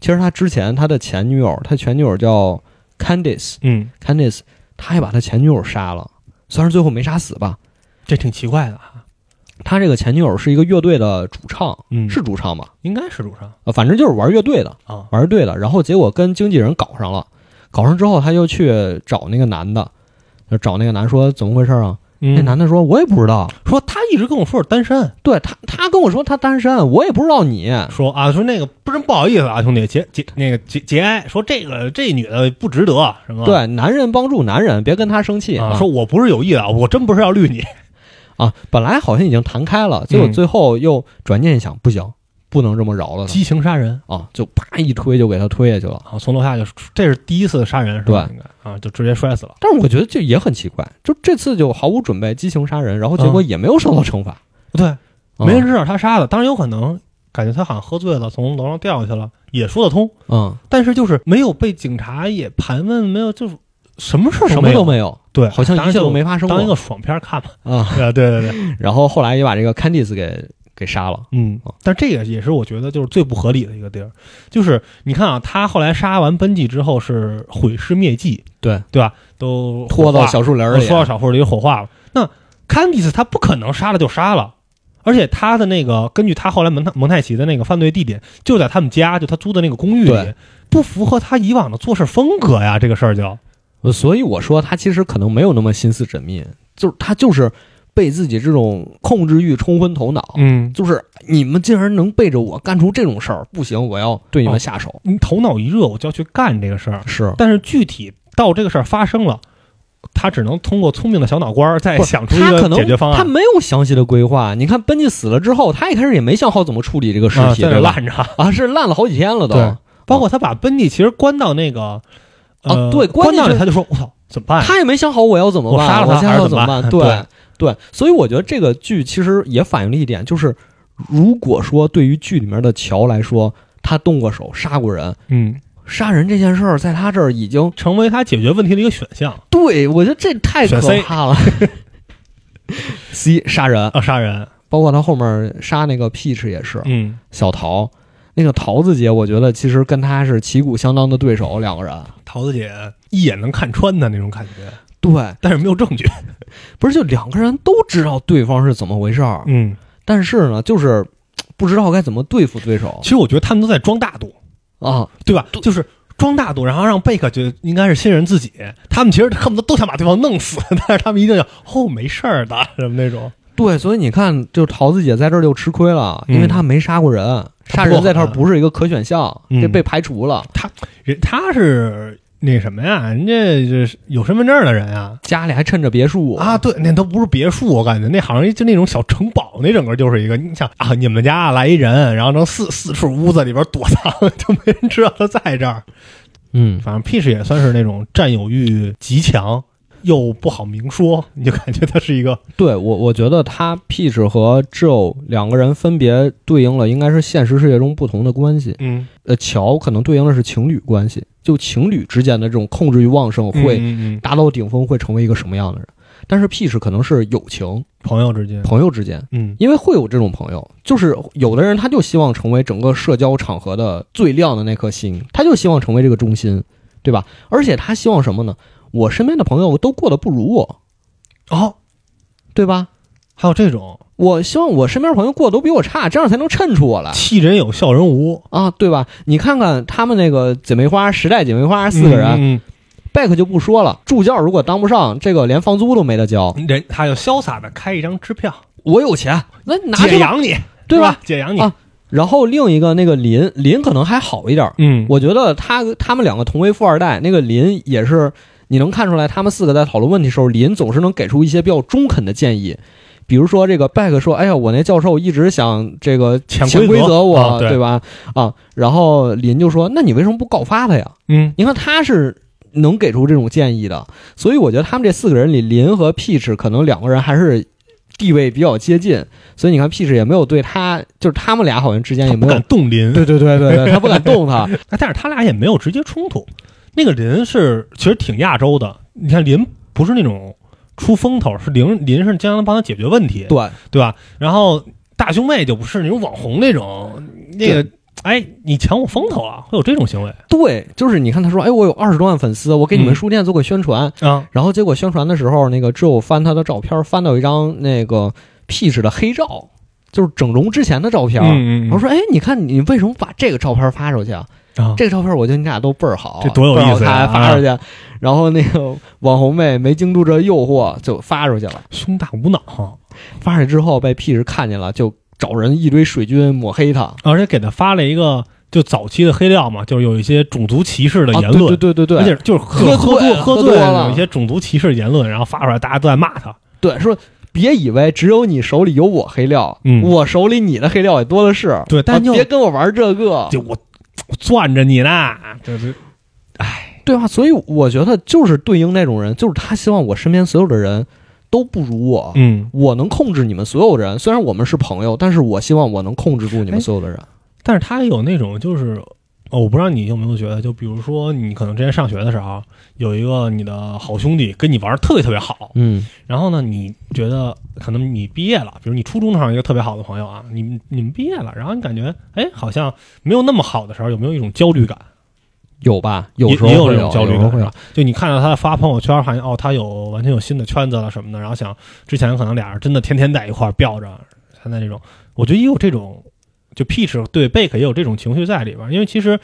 S2: 其实他之前他的前女友，他前女友叫 Candice，Candice，
S3: 嗯，
S2: 他还把他前女友杀了，虽然最后没杀死吧。
S3: 这挺奇怪的啊，
S2: 他这个前女友是一个乐队的主唱，
S3: 嗯
S2: 是主唱吧？
S3: 应该是主上
S2: 呃，反正就是玩乐队的，
S3: 啊，
S2: 玩对了，然后结果跟经纪人搞上了，搞上之后他就去找那个男的，就找那个男说怎么回事啊？那
S3: 那
S2: 男的说我也不知道，
S3: 说他一直跟我说是单身，
S2: 对他他跟我说他单身，我也不知道你。
S3: 说啊，说那个不真不好意思啊，兄弟，节节那个节节哀，说这个这女的不值得，啊什么
S2: 对，男人帮助男人，别跟他生气
S3: 啊，说我不是有意的，我真不是要绿你，
S2: 啊！本来好像已经谈开了，结果
S3: 嗯
S2: 最后又转念一想，不行，不能这么饶了
S3: 激情杀人
S2: 他啊！就啪一推就给他推下去了。
S3: 啊，从楼下就这是第一次杀人是吧？
S2: 对
S3: 应该啊，就直接摔死了。
S2: 但是我觉得这也很奇怪，就这次就毫无准备，激情杀人，然后结果也没有受到惩罚，
S3: 对，
S2: 啊
S3: 啊没人知道他杀的，当然有可能，感觉他好像喝醉了，从楼上掉下去了，也说得通。
S2: 嗯，
S3: 但是就是没有被警察也盘问，没有就是什么事儿
S2: 什
S3: 都
S2: 么
S3: 有
S2: 都没有，
S3: 对，
S2: 好像一
S3: 当然
S2: 切
S3: 就
S2: 都没发生过
S3: 当一个爽片儿看吧。
S2: 啊。
S3: 啊，对对对，
S2: 然后后来也把这个 Candice 给给杀了。
S3: 嗯
S2: 啊，
S3: 但这个也是我觉得就是最不合理的一个地儿，就是你看啊，他后来杀完奔记之后是毁尸灭迹，
S2: 对，
S3: 对吧？都
S2: 拖
S3: 火
S2: 到
S3: 化
S2: 小树林
S3: 了
S2: 里啊
S3: 拖。到小树林火化了。那坎比斯他不可能杀了就杀了，而且他的那个根据他后来蒙太蒙太奇的那个犯罪地点就在他们家，就他租的那个公寓里
S2: 对，
S3: 不符合他以往的做事风格呀，这个事儿就
S2: 呃所以我说他其实可能没有那么心思缜密，就是他就是被自己这种控制欲冲昏头脑，
S3: 嗯。
S2: 就是你们竟然能背着我干出这种事儿，不行，我要对你们下手。
S3: 你头脑一热，我就要去干这个事儿。
S2: 是，
S3: 但是具体到这个事儿发生了，他只能通过聪明的小脑瓜儿再
S2: 不是
S3: 想出一
S2: 他可
S3: 个
S2: 能
S3: 解决方
S2: 他
S3: 案。
S2: 没有详细的规划。你看，奔吉死了之后，他一开始也没想好怎么处理这个尸
S3: 啊，
S2: 体，
S3: 在那
S2: 对
S3: 儿
S2: 吧？
S3: 烂着，
S2: 啊，是烂了好几天了都。
S3: 对包括他把奔迪其实关到那个，呃，
S2: 啊对关
S3: 关
S2: 进
S3: 到
S2: 去
S3: 那他就说：“我操，怎么办呀
S2: 他也没想好我要怎么
S3: 哎我
S2: 办，
S3: 杀了他
S2: 我现在
S3: 还是
S2: 要
S3: 怎
S2: 怎
S3: 么
S2: 么
S3: 办
S2: 办？对对，所以我觉得这个剧其实也反映了一点，就是如果说对于剧里面的乔来说，他动过手杀过人，？”
S3: 嗯，
S2: 杀人这件事儿在他这儿已经
S3: 成为他解决问题的一个选项
S2: 对我觉得这太
S3: 选
S2: 可
S3: C
S2: 怕了。C 杀人，
S3: 啊，杀人。
S2: 包括他后面杀那个 Peach 也是
S3: 嗯，
S2: 小桃，那个桃子姐，我觉得其实跟他是旗鼓相当的对手，两个人。
S3: 桃子姐一眼能看穿他那种感觉，
S2: 对，
S3: 但是没有证据。
S2: 不是就两个人都知道对方是怎么回事儿，
S3: 嗯，
S2: 但是呢，就是嘖不知道该怎么对付对手
S3: 其实我觉得他们都在装大度，
S2: 啊。
S3: 对吧？就是。装大度，然后让贝克觉得应该是新人自己，他们其实恨不得都想把对方弄死， 但是他们一定要哦没事儿的什么那种。
S2: 对，所以你看，就桃子姐在这儿就吃亏了，
S3: 嗯
S2: 因为她没杀过人，杀
S3: 她不够
S2: 人在这儿
S3: 狠
S2: 不是一个可选项，
S3: 嗯
S2: 这被排除了。
S3: 人他是那什么呀？人家就是有身份证的人啊，
S2: 家里还趁着别墅
S3: 啊，对，那都不是别墅，我感觉那好像就那种小城堡，那整个就是一个，你想啊，你们家来一人，然后能四四处屋子里边躲藏， 就没人知道他在这儿。
S2: 嗯，
S3: 反正 Peach 也算是那种占有欲极强，又不好明说，你就感觉他是一个，
S2: 对我，我觉得他 Peach 和 Joe 两个人分别对应了，应该是现实世界中不同的关系。
S3: 嗯，
S2: 呃，乔可能对应的是情侣关系，就情侣之间的这种控制欲旺盛会
S3: 嗯嗯
S2: 达到顶峰，会成为一个什么样的人？但是 Peach 可能是友情，
S3: 朋友之间，
S2: 朋友之间，
S3: 嗯
S2: 因为会有这种朋友，就是有的人他就希望成为整个社交场合的最亮的那颗星，他就希望成为这个中心，对吧？而且他希望什么呢？我身边的朋友都过得不如我，
S3: 哦，
S2: 对吧？
S3: 还有这种
S2: 我希望我身边朋友过得都比我差，这样才能衬出我来
S3: 气人有笑人无，
S2: 啊，对吧？你看看他们那个姐妹花，时代姐妹花四个人，
S3: 嗯
S2: 贝克就不说了，助教如果当不上，这个连房租都没得交。
S3: 嗯人他就潇洒的开一张支票
S2: 我有钱，那拿
S3: 解
S2: 这个
S3: 养你，
S2: 对
S3: 是
S2: 吧
S3: 吧？？解养你，
S2: 啊然后另一个那个林林可能还好一点儿，
S3: 嗯
S2: 我觉得他他们两个同为富二代，那个林也是，你能看出来他们四个在讨论问题时候，林总是能给出一些比较中肯的建议。比如说，这个拜克说：“哎呀，我那教授一直想这 个
S3: 潜
S2: 潜
S3: 规则
S2: 规则我，
S3: 啊对
S2: 对吧？啊，然后林就说：‘那你为什么不告发他呀？’
S3: 嗯
S2: 你看他是能给出这种建议的，所以我觉得他们这四个人里，林和 Peach 可能两个人还是地位比较接近，所以你看 Peach 也没有对他，就是他们俩好像之间
S3: 他
S2: 也
S3: 不
S2: 没有
S3: 敢，动林，
S2: 对对对对对，他不敢动 他，
S3: 哎但是他俩也没有直接冲突。那个林是其实挺亚洲的，你看林不是那种出风头，是林林是经常帮他解决问题，对
S2: 对，
S3: 吧？然后大胸妹就不是那种网红那种，那个哎，你抢我风头啊，会有这种行为
S2: 对，就是你看他说，哎，我有二十多万粉丝，我给你
S3: 嗯
S2: 们书店做过宣传，
S3: 啊。
S2: 然后结果宣传的时候，那个 Joe 翻他的照片，翻到一张那个 Peach 的黑照，就是整容之前的照片。
S3: 嗯嗯，
S2: 然后说，哎，你看你为什么把这个照片发出去啊？
S3: 啊
S2: 这个照片我觉得你俩都倍儿好，
S3: 这多有
S2: 倍儿好
S3: 意思呀
S2: 看
S3: 啊
S2: 发出去。然后那个网红妹没经住这诱惑，就发出去了。
S3: 胸大无脑，啊
S2: 发出去之后被 Peach 看见了，就找人一堆水军抹黑他。
S3: 而且给他发了一个就早期的黑料嘛，就是有一些种族歧视的
S2: 啊
S3: 言论，
S2: 对对对对对，
S3: 而且就是喝
S2: 喝
S3: 多哎
S2: 醉
S3: 喝
S2: 喝
S3: 醉
S2: 多了
S3: 有一些种族歧视言论，然后发出来，大家都在骂他。
S2: 对，说别以为只有你手里有我黑料，
S3: 嗯
S2: 我手里你的黑料也多的是。
S3: 对但
S2: 啊
S3: 就
S2: 别跟我玩这个，
S3: 就我我攥着你呢，这这
S2: 对吧？所以我觉得就是对应那种人，就是他希望我身边所有的人都不如我。
S3: 嗯。
S2: 我能控制你们所有人，虽然我们是朋友，但是我希望我能控制住
S3: 哎
S2: 你们所有的人。
S3: 但是他有那种就是，哦，我不知道你有没有觉得，就比如说你可能之前上学的时候，有一个你的好兄弟跟你玩得特别特别好，
S2: 嗯
S3: 然后呢，你觉得可能你毕业了，比如你初中上一个特别好的朋友啊，你们你们毕业了，然后你感觉哎好像没有那么好的时候，有没有一种焦虑感？，
S2: 有吧？
S3: 也
S2: 时候
S3: 也
S2: 会
S3: 有
S2: 有
S3: 这种焦虑
S2: 有时候
S3: 感，啊
S2: 会
S3: 是
S2: 有
S3: 吧。就你看到他发朋友圈，发现哦，他有完全有新的圈子了什么的，然后想之前可能俩人真的天天在一块儿吊着，参赛这种，我觉得也有这种，就 Peach 对贝克也有这种情绪在里边儿。因为其实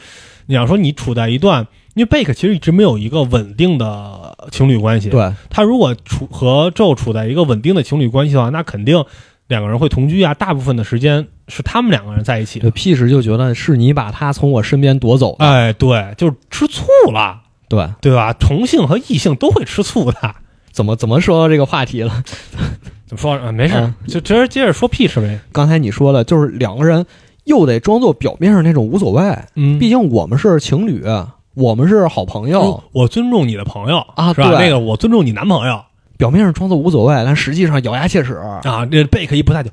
S3: 你要说你处在一段，因为贝克其实一直没有一个稳定的情侣关系，
S2: 对，
S3: 他如果处和宙处在一个稳定的情侣关系的话，那肯定两个人会同居啊，大部分的时间是他们两个人在一起
S2: 这
S3: 的。
S2: 屁事就觉得是你把他从我身边夺走的，
S3: 哎，对，就是吃醋了，
S2: 对，
S3: 对吧？同性和异性都会吃醋的。
S2: 怎么怎么说到这个话题了？
S3: 怎么说？啊、没事，
S2: 嗯
S3: 就直接接着说屁事呗。
S2: 刚才你说了，就是两个人又得装作表面上那种无所谓，
S3: 嗯
S2: 毕竟我们是情侣，我们是好朋友，
S3: 我尊重你的朋友
S2: 啊
S3: 是吧？
S2: 对啊
S3: 那个我尊重你男朋友
S2: 表面上装作无所谓，但实际上咬牙切齿。
S3: 啊。这贝克一不太就，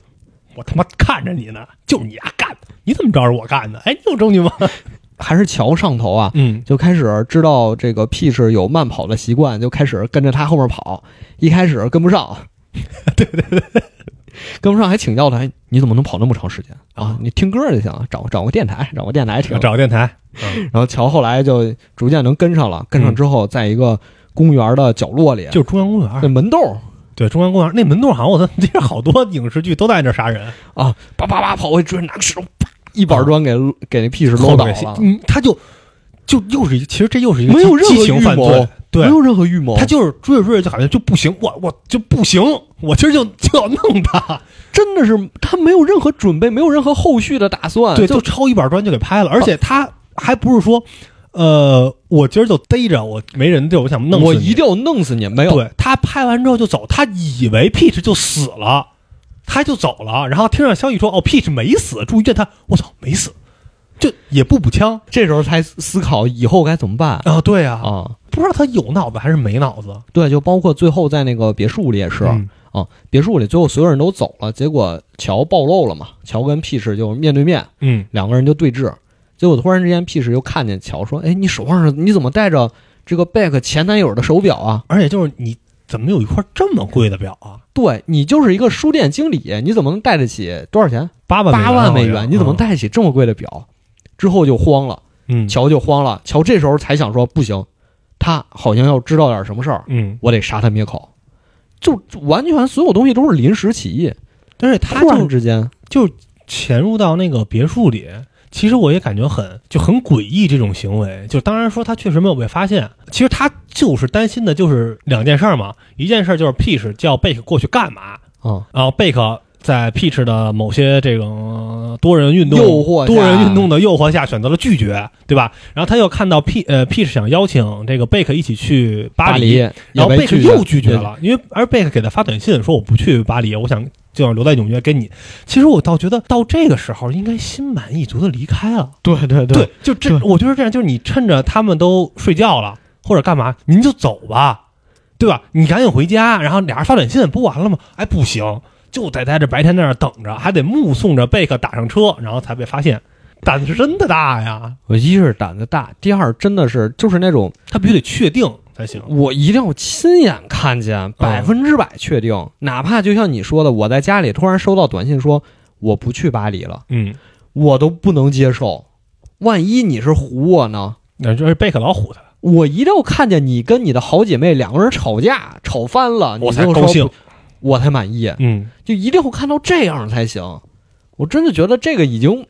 S3: 我他妈看着你呢，就是你丫干的，你怎么知道是我干的？哎，你有证据吗？
S2: 还是乔上头啊，
S3: 嗯
S2: 就开始知道这个 Peach 有慢跑的习惯，就开始跟着他后面跑。一开始跟不 上，对对对，跟不上还请教他，哎你怎么能跑那么长时间啊
S3: 啊？
S2: 你听歌就行，找找个电台，找个电台听。
S3: 找个电台。
S2: 然后乔后来就逐渐能跟上了，跟上之后，在一个公园的角落里，
S3: 嗯就是中央公园
S2: 那，门洞
S3: 对，中央公园那门洞好像我 操，这是好多影视剧都在那杀人，啊
S2: 啊，叭叭叭跑过去，追着拿个石头，啪一板砖给给那 Peach
S3: 后
S2: 搂倒
S3: 面戏
S2: 了，
S3: 嗯，他就就又是一，其实这又是一个
S2: 没有
S3: 激
S2: 任何
S3: 激情
S2: 预
S3: 犯罪
S2: 谋，
S3: 对
S2: 没，有任何预谋，
S3: 他就是追着追着就好像就不行，我我就不行，我今儿就就要弄他，
S2: 真的是他没有任何准备，没有任何后续的打算，
S3: 对，
S2: 啊就
S3: 就抄一板砖就给拍了，而且他还不是说，呃，我今儿就逮着我没人对我想弄死
S2: 我
S3: 你
S2: 一定要弄死你，没有，
S3: 对他拍完之后就走，他以为 Peach 就死了，他就走了，然后听到消息说哦 Peach 没死，住院他，我操没死，就也不补枪。
S2: 这时候才思考以后该怎么办
S3: 啊，对啊，
S2: 啊。
S3: 不知道他有脑子还是没脑子。
S2: 对，就包括最后在那个别墅里也是、
S3: 嗯
S2: 啊，别墅里最后所有人都走了，结果乔暴露了嘛，乔跟 Peach 就面对面，
S3: 嗯，
S2: 两个人就对峙，结果突然之间 Peach 就看见乔说：“哎，你手腕上你怎么戴着这个 Beck 前男友的手表啊？
S3: 而且就是你怎么有一块这么贵的表啊？
S2: 对你就是一个书店经理，你怎么能戴得起多少钱？
S3: 八万嗯
S2: 八万美
S3: 好
S2: 元，
S3: 像啊
S2: 你怎么？戴得起这么贵的表？”之后就慌了。
S3: 嗯，
S2: 乔就慌了，乔这时候才想说不行，他好像要知道点什么事儿，
S3: 嗯，
S2: 我得杀他灭口。就完全所有东西都是临时起意，
S3: 但是他
S2: 突然
S3: 就
S2: 之间，
S3: 就潜入到那个别墅里。其实我也感觉很就很诡异这种行为，就当然说他确实没有被发现。其实他就是担心的就是两件事儿嘛，一件事儿就是 Peach 叫贝克过去干嘛，
S2: 啊、
S3: 然后贝克在 Peach 的某些这种多人运动
S2: 诱惑下
S3: 多人运动的诱惑下选择了拒绝，对吧？然后他又看到 P 呃 Peach 想邀请这个贝克一起去巴
S2: 黎，
S3: 然
S2: 啊
S3: 后
S2: 也被
S3: 贝克
S2: 拒绝
S3: 又拒绝，
S2: 嗯
S3: 了，因为而贝克给他发短信说我不去巴黎，我想就想留在纽约跟你。其实我倒觉得到这个时候应该心满意足的离开了。
S2: 对对
S3: 对，就这，
S2: 对
S3: 我觉得这样，就是你趁着他们都睡觉了或者干嘛，您就走吧，对吧？你赶紧回家，然后俩人发短信，不完了吗？哎，不行，就得在这白天在那儿等着，还得目送着贝克打上车，然后才被发现，胆子真的大呀！
S2: 我一是胆子大，第二真的是就是那种
S3: 他必须得确定才行。
S2: 我一定要亲眼看
S3: 嗯
S2: 见，百分之百确定，哪怕就像你说的，我在家里突然收到短信说我不去巴黎了，
S3: 嗯，
S2: 我都不能接受。万一你是唬我呢？
S3: 那就是嗯贝克老唬他，
S2: 我一定要看见你跟你的好姐妹两个人吵架，吵翻了，你
S3: 我才
S2: 就说
S3: 高兴
S2: 不，。我才满意，
S3: 嗯，
S2: 就一定要看到这样才行。我真的觉得这个已经，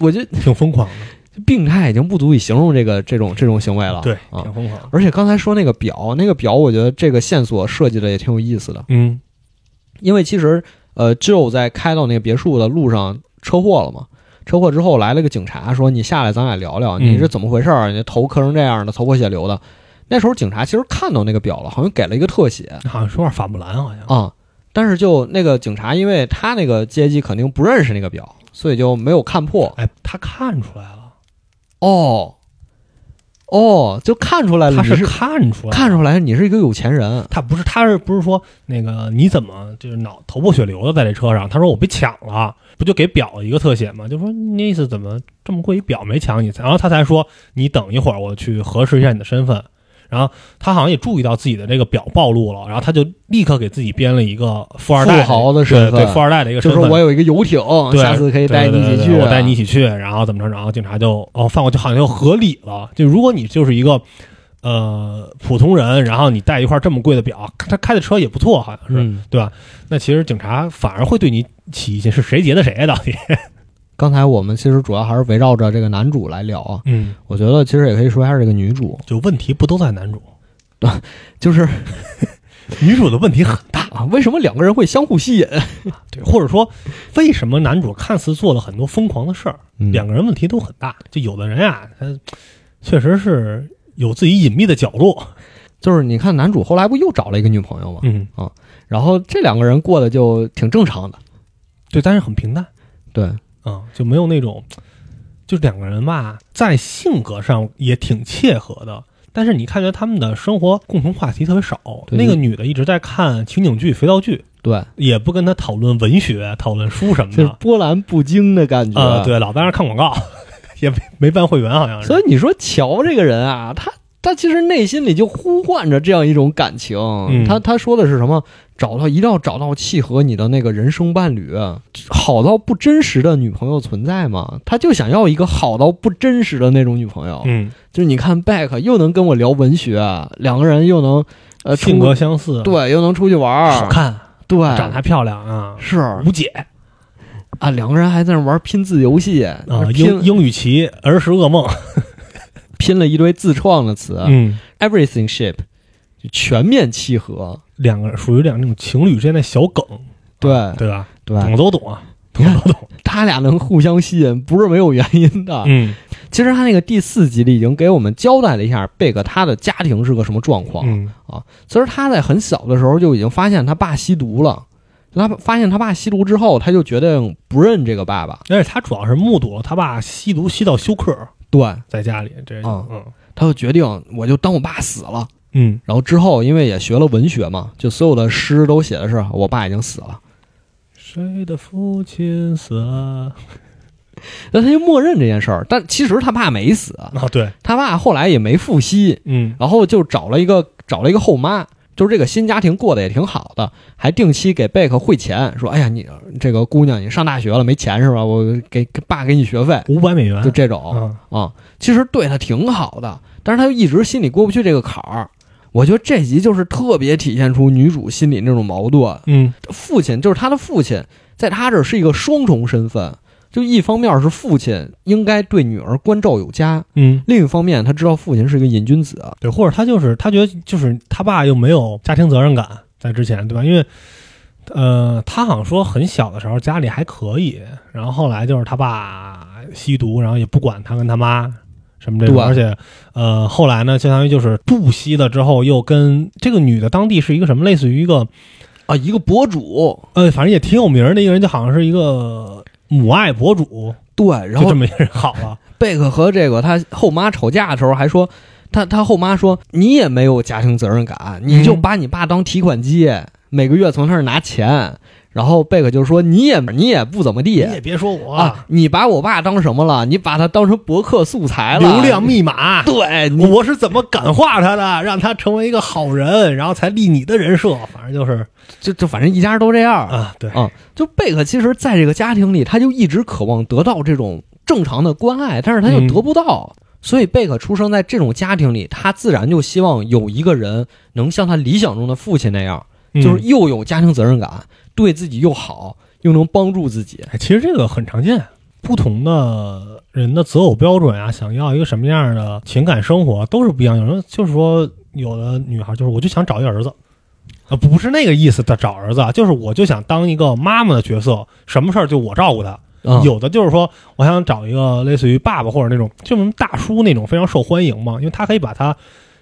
S2: 我觉得
S3: 挺疯狂的，
S2: 病态已经不足以形容这个这种这种行为了。
S3: 对，
S2: 啊
S3: 挺疯狂的。
S2: 而且刚才说那个表，那个表，我觉得这个线索设计的也挺有意思的，
S3: 嗯
S2: 因为其实呃，只有在开到那个别墅的路上车祸了嘛。车祸之后来了个警察，说你下来，咱俩聊聊，
S3: 嗯
S2: 你是怎么回事儿？你头磕成这样的，头破血流的。那时候警察其实看到那个表了，好像给了一个特写
S3: 嗯好像说点法布兰，好像。
S2: 啊，但是就那个警察，因为他那个阶级肯定不认识那个表，所以就没有看破。
S3: 哎，他看出来了，
S2: 哦，哦，就看出来了，
S3: 他
S2: 你是
S3: 看出来了，
S2: 看出来你是一个有钱人。
S3: 他不是，他是不是说那个你怎么就是脑头破血流的在这车上？他说我被抢了，不就给表一个特写吗？就说那意思怎么这么贵一表没抢你？然后他才说你等一会儿，我去核实一下你的身份。然后他好像也注意到自己的这个表暴露了，然后他就立刻给自己编了一个富二代
S2: 富豪的身
S3: 对
S2: 份
S3: 对富二代的一个
S2: 就
S3: 身份，
S2: 说我有一个游艇，
S3: 对
S2: 下次可以带你一起
S3: 对对对
S2: 去，啊
S3: 对我带你一起去，然后怎么着？然后警察就哦，放过去好像就合理了。就如果你就是一个呃普通人，然后你带一块这么贵的表，他开的车也不错，好像是，
S2: 嗯，
S3: 对吧？那其实警察反而会对你起疑心，是谁劫的谁啊？到底？
S2: 刚才我们其实主要还是围绕着这个男主来聊啊，
S3: 嗯，
S2: 我觉得其实也可以说一下这个女主，
S3: 就问题不都在男主，
S2: 就是
S3: 女主的问题很大，
S2: 啊，为什么两个人会相互吸引？
S3: 对，或者说为什么男主看似做了很多疯狂的事儿，
S2: 嗯
S3: 两个人问题都很大。就有的人啊，他确实是有自己隐秘的角落。
S2: 就是你看男主后来不又找了一个女朋友嘛，
S3: 嗯，
S2: 然后这两个人过得就挺正常的，
S3: 对，但是很平淡
S2: 对，
S3: 啊、就没有那种，就两个人吧，在性格上也挺切合的。但是你看觉他们的生活共同话题特别少。
S2: 对
S3: 那个女的一直在看情景剧、肥皂剧，
S2: 对，
S3: 也不跟他讨论文学、讨论书什么
S2: 就是
S3: 的。
S2: 波澜不惊的感觉。
S3: 啊、对，老在那儿看广告， 也没没办会员，好像是。
S2: 所以你说乔这个人啊，他他其实内心里就呼唤着这样一种感情。
S3: 嗯
S2: 他他说的是什么？找到一定要找到契合你的那个人生伴侣，好到不真实的女朋友存在嘛？他就想要一个好到不真实的那种女朋友。
S3: 嗯，
S2: 就是你看 Beck 又能跟我聊文学，两个人又能呃出
S3: 性格相似，，
S2: 对，又能出去玩
S3: 好
S2: 儿，
S3: 看，
S2: 对，
S3: 长得还漂亮啊，
S2: 是
S3: 无解
S2: 啊，两个人还在那玩拼字游戏啊
S3: 啊，英
S2: 拼啊
S3: 英语棋儿时噩梦，
S2: 拼了一堆自创的词、
S3: 嗯，
S2: e v e r y t h i n g ship，就全面契合。
S3: 两个属于两种情侣之间的小梗，
S2: 对、
S3: 对吧？懂
S2: 啊对，
S3: 的都懂啊，懂的都懂，
S2: 他俩能互相吸引，不是没有原因的。
S3: 嗯
S2: 其实他那个第四集里已经给我们交代了一下贝克他的家庭是个什么状况。
S3: 嗯
S2: 其实他在很小的时候就已经发现他爸吸毒了。他发现他爸吸毒之后，他就决定不认这个爸爸。
S3: 而且他主要是目睹了他爸吸毒吸到休克，
S2: 对，
S3: 在家里这，
S2: 啊
S3: 嗯
S2: 他就决定我就当我爸死了。
S3: 嗯
S2: 然后之后，因为也学了文学嘛，就所有的诗都写的是我爸已经死了，
S3: 谁的父亲死了？
S2: 那他就默认这件事儿。但其实他爸没死，
S3: 啊，对，
S2: 他爸后来也没复吸，
S3: 嗯
S2: 然后就找了一个找了一个后妈，就是这个新家庭过得也挺好的，还定期给贝克汇钱，说哎呀你这个姑娘你上大学了没钱是吧？我给给爸给你学费，
S3: 五百美元
S2: 就这种
S3: 啊，
S2: 啊、其实对他挺好的，但是他就一直心里过不去这个坎儿。我觉得这集就是特别体现出女主心里那种矛盾，
S3: 嗯
S2: 父亲就是他的父亲，在他这儿是一个双重身份，就一方面是父亲应该对女儿关照有加，
S3: 嗯。
S2: 另一方面他知道父亲是一个瘾君子，
S3: 对，或者他就是他觉得就是他爸又没有家庭责任感，在之前对吧？因为呃，他好像说很小的时候家里还可以，然后后来就是他爸吸毒，然后也不管他跟他妈什么这种，
S2: 对啊
S3: 而且呃后来呢，相当于就是不吸了之后，又跟这个女的当地是一个什么类似于一个
S2: 啊，一个博主，
S3: 呃，反正也挺有名儿的一个人，就好像是一个母爱博主，
S2: 对，然
S3: 就
S2: 后
S3: 这么一个人好了，
S2: 贝克和这个他后妈吵架的时候还说。他他后妈说：“你也没有家庭责任感，你
S3: 嗯
S2: 就把你爸当提款机，每个月从他那儿拿钱。”然后贝克就说：“你也你也不怎么
S3: 你
S2: 地
S3: 也别说我
S2: 啊，你把我爸当什么了？你把他当成博客素材了，
S3: 流量密码，
S2: 对你
S3: 我是怎么感化他的，让他成为一个好人，然后才立你的人设，反正就是
S2: 就就反正一家都这样。
S3: 啊，对，
S2: 啊就贝克其实在这个家庭里，他就一直渴望得到这种正常的关爱，但是他又得不到。所以贝克出生在这种家庭里，他自然就希望有一个人能像他理想中的父亲那样，就是
S3: 嗯
S2: 又有家庭责任感，对自己又好，又能帮助自己。
S3: 哎其实这个很常见，不同的人的择偶标准啊，想要一个什么样的情感生活都是不一样。有人就是说，有的女孩就是我就想找一儿子。啊，不是那个意思的找儿子啊，就是我就想当一个妈妈的角色，什么事儿就我照顾他。
S2: 嗯、
S3: 有的就是说，我想找一个类似于爸爸或者那种就什么大叔那种非常受欢迎嘛，因为他可以把他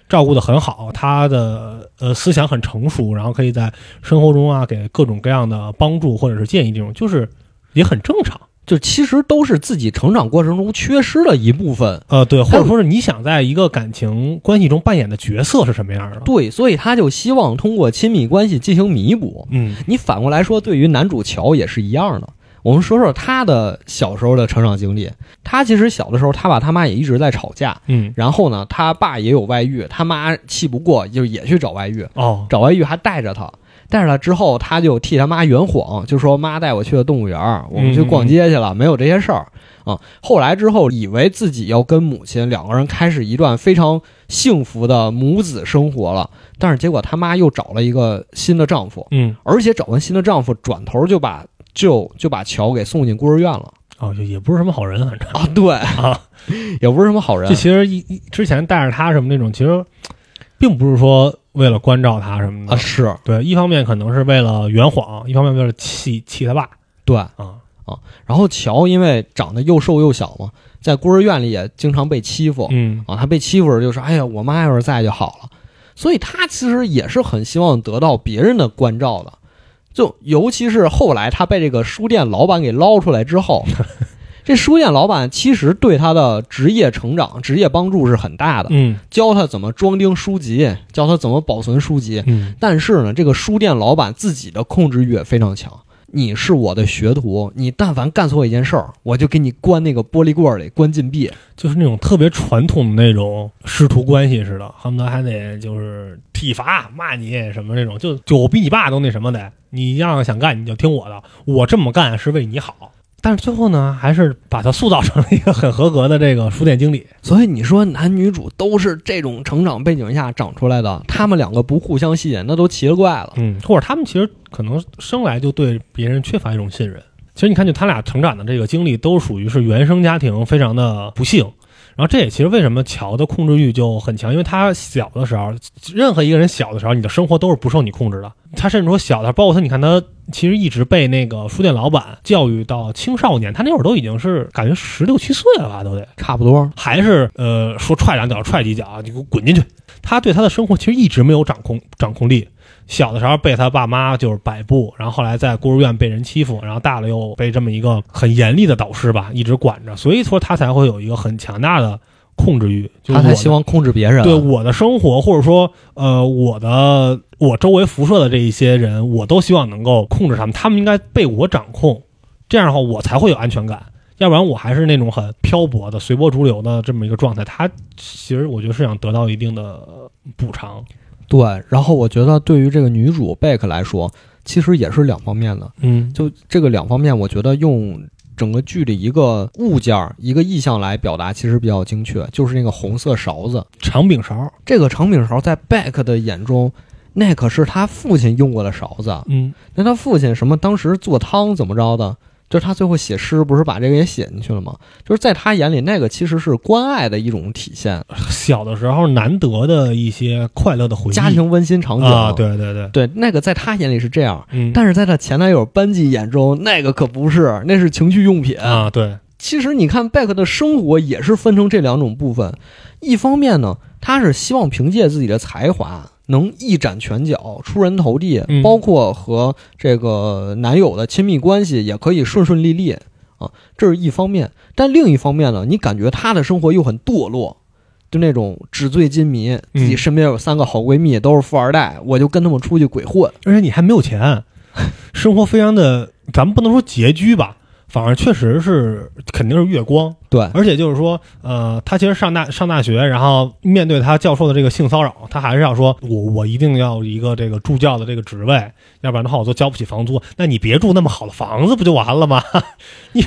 S3: 照顾得很好，他的呃思想很成熟，然后可以在生活中啊给各种各样的帮助或者是建议，这种就是也很正常。
S2: 就其实都是自己成长过程中缺失的一部分。
S3: 呃，对，或者说是你想在一个感情关系中扮演的角色是什么样的？
S2: 对，所以他就希望通过亲密关系进行弥补。
S3: 嗯
S2: 你反过来说，对于男主乔也是一样的。我们说说他的小时候的成长经历。他其实小的时候，他爸他妈也一直在吵架，
S3: 嗯
S2: 然后呢，他爸也有外遇，他妈气不过，就也去找外遇，
S3: 哦
S2: 找外遇还带着他，带着他之后，他就替他妈圆谎，就说妈带我去了动物园儿，我们去逛街去了，没有这些事儿啊。后来之后，以为自己要跟母亲两个人开始一段非常幸福的母子生活了。但是结果他妈又找了一个新的丈夫，
S3: 嗯，
S2: 而且找完新的丈夫，转头就把就就把乔给送进孤儿院了
S3: 哦，也也不是什么啊好人，反正
S2: 啊！对，
S3: 啊，
S2: 也不是什么好人
S3: 这。其实一一之前带着他什么那种，其实并不是说为了关照他什么的
S2: 啊，是
S3: 对，一方面可能是为了圆谎，一方面为了气气他爸
S2: 对，
S3: 啊，
S2: 然后乔因为长得又瘦又小嘛，在孤儿院里也经常被欺负，
S3: 嗯
S2: 啊，他被欺负时就说：“哎呀，我妈要是在就好了。”所以他其实也是很希望得到别人的关照的，就尤其是后来他被这个书店老板给捞出来之 后，这书店老板其实对他的职业成长、职业帮助是很大的，
S3: 嗯
S2: 教他怎么装订书籍，教他怎么保存书籍。
S3: 嗯
S2: 但是呢，这个书店老板自己的控制欲也非常强。你是我的学徒，你但凡干错一件事儿，我就给你关那个玻璃罐儿里，关禁闭。
S3: 就是那种特别传统的那种师徒关系似的，恨不得还得就是体罚骂你什么那种，就就我比你爸都那什么的，你要想干你就听我的，我这么干是为你好。但是最后呢，还是把他塑造成了一个很合格的这个书店经理。
S2: 所以你说男女主都是这种成长背景下长出来的，他们两个不互相吸引，那都奇了怪了。
S3: 嗯，或者他们其实可能生来就对别人缺乏一种信任。其实你看，就他俩成长的这个经历，都属于是原生家庭非常的不幸。然后这也其实为什么乔的控制欲就很强，因为他小的时候，任何一个人小的时候，你的生活都是不受你控制的。他甚至说小的，包括他，你看他其实一直被那个书店老板教育到青少年，他那会儿都已经是感觉十六七岁了吧，都得。
S2: 差不多，
S3: 还是呃说踹两脚踹几脚，啊你给我滚进去。他对他的生活其实一直没有掌控掌控力。小的时候被他爸妈就是摆布，然后后来在孤儿院被人欺负，然后大了又被这么一个很严厉的导师吧一直管着，所以说他才会有一个很强大的控制欲，就是
S2: 他才
S3: 我
S2: 希望控制别人。
S3: 对我的生活或者说呃我的我周围辐射的这一些人，我都希望能够控制他们，他们应该被我掌控，这样的话我才会有安全感。要不然我还是那种很漂泊的、随波逐流的这么一个状态。他其实我觉得是想得到一定的呃补偿。
S2: 对，然后我觉得对于这个女主贝克来说，其实也是两方面的。
S3: 嗯
S2: 就这个两方面，我觉得用整个剧里一个物件儿、一个意象来表达，其实比较精确，就是那个红色勺子。
S3: 长柄勺，
S2: 这个长柄勺在贝克的眼中，那可是他父亲用过的勺子。
S3: 嗯
S2: 那他父亲什么当时做汤怎么着的，就是他最后写诗不是把这个也写进去了吗？就是在他眼里，那个其实是关爱的一种体现，
S3: 小的时候难得的哦一些快乐的回忆，
S2: 家庭温馨场景
S3: 啊，对对对，
S2: 对，那个在他眼里是这样，
S3: 嗯，
S2: 但是在他前男友班级眼中，那个可不是，那是情趣用品。
S3: 啊，对，
S2: 其实你看，贝克的生活也是分成这两种部分。一方面呢，他是希望凭借自己的才华能一展拳脚、出人头地，
S3: 嗯
S2: 包括和这个男友的亲密关系也可以顺顺利利啊，这是一方面。但另一方面呢，你感觉他的生活又很堕落。就那种纸醉金迷，
S3: 嗯
S2: 自己身边有三个好闺蜜都是富二代，我就跟他们出去鬼混。
S3: 而且你还没 有钱，生活非常的，咱们不能说拮据吧，反而确实是肯定是月光。
S2: 对，
S3: 而且就是说，呃，他其实上大上大学，然后面对他教授的这个性骚扰，他还是要说，我我一定要一个这个助教的这个职位，要不然的话我都交不起房租。那你别住那么好的房子不就完了吗？ 你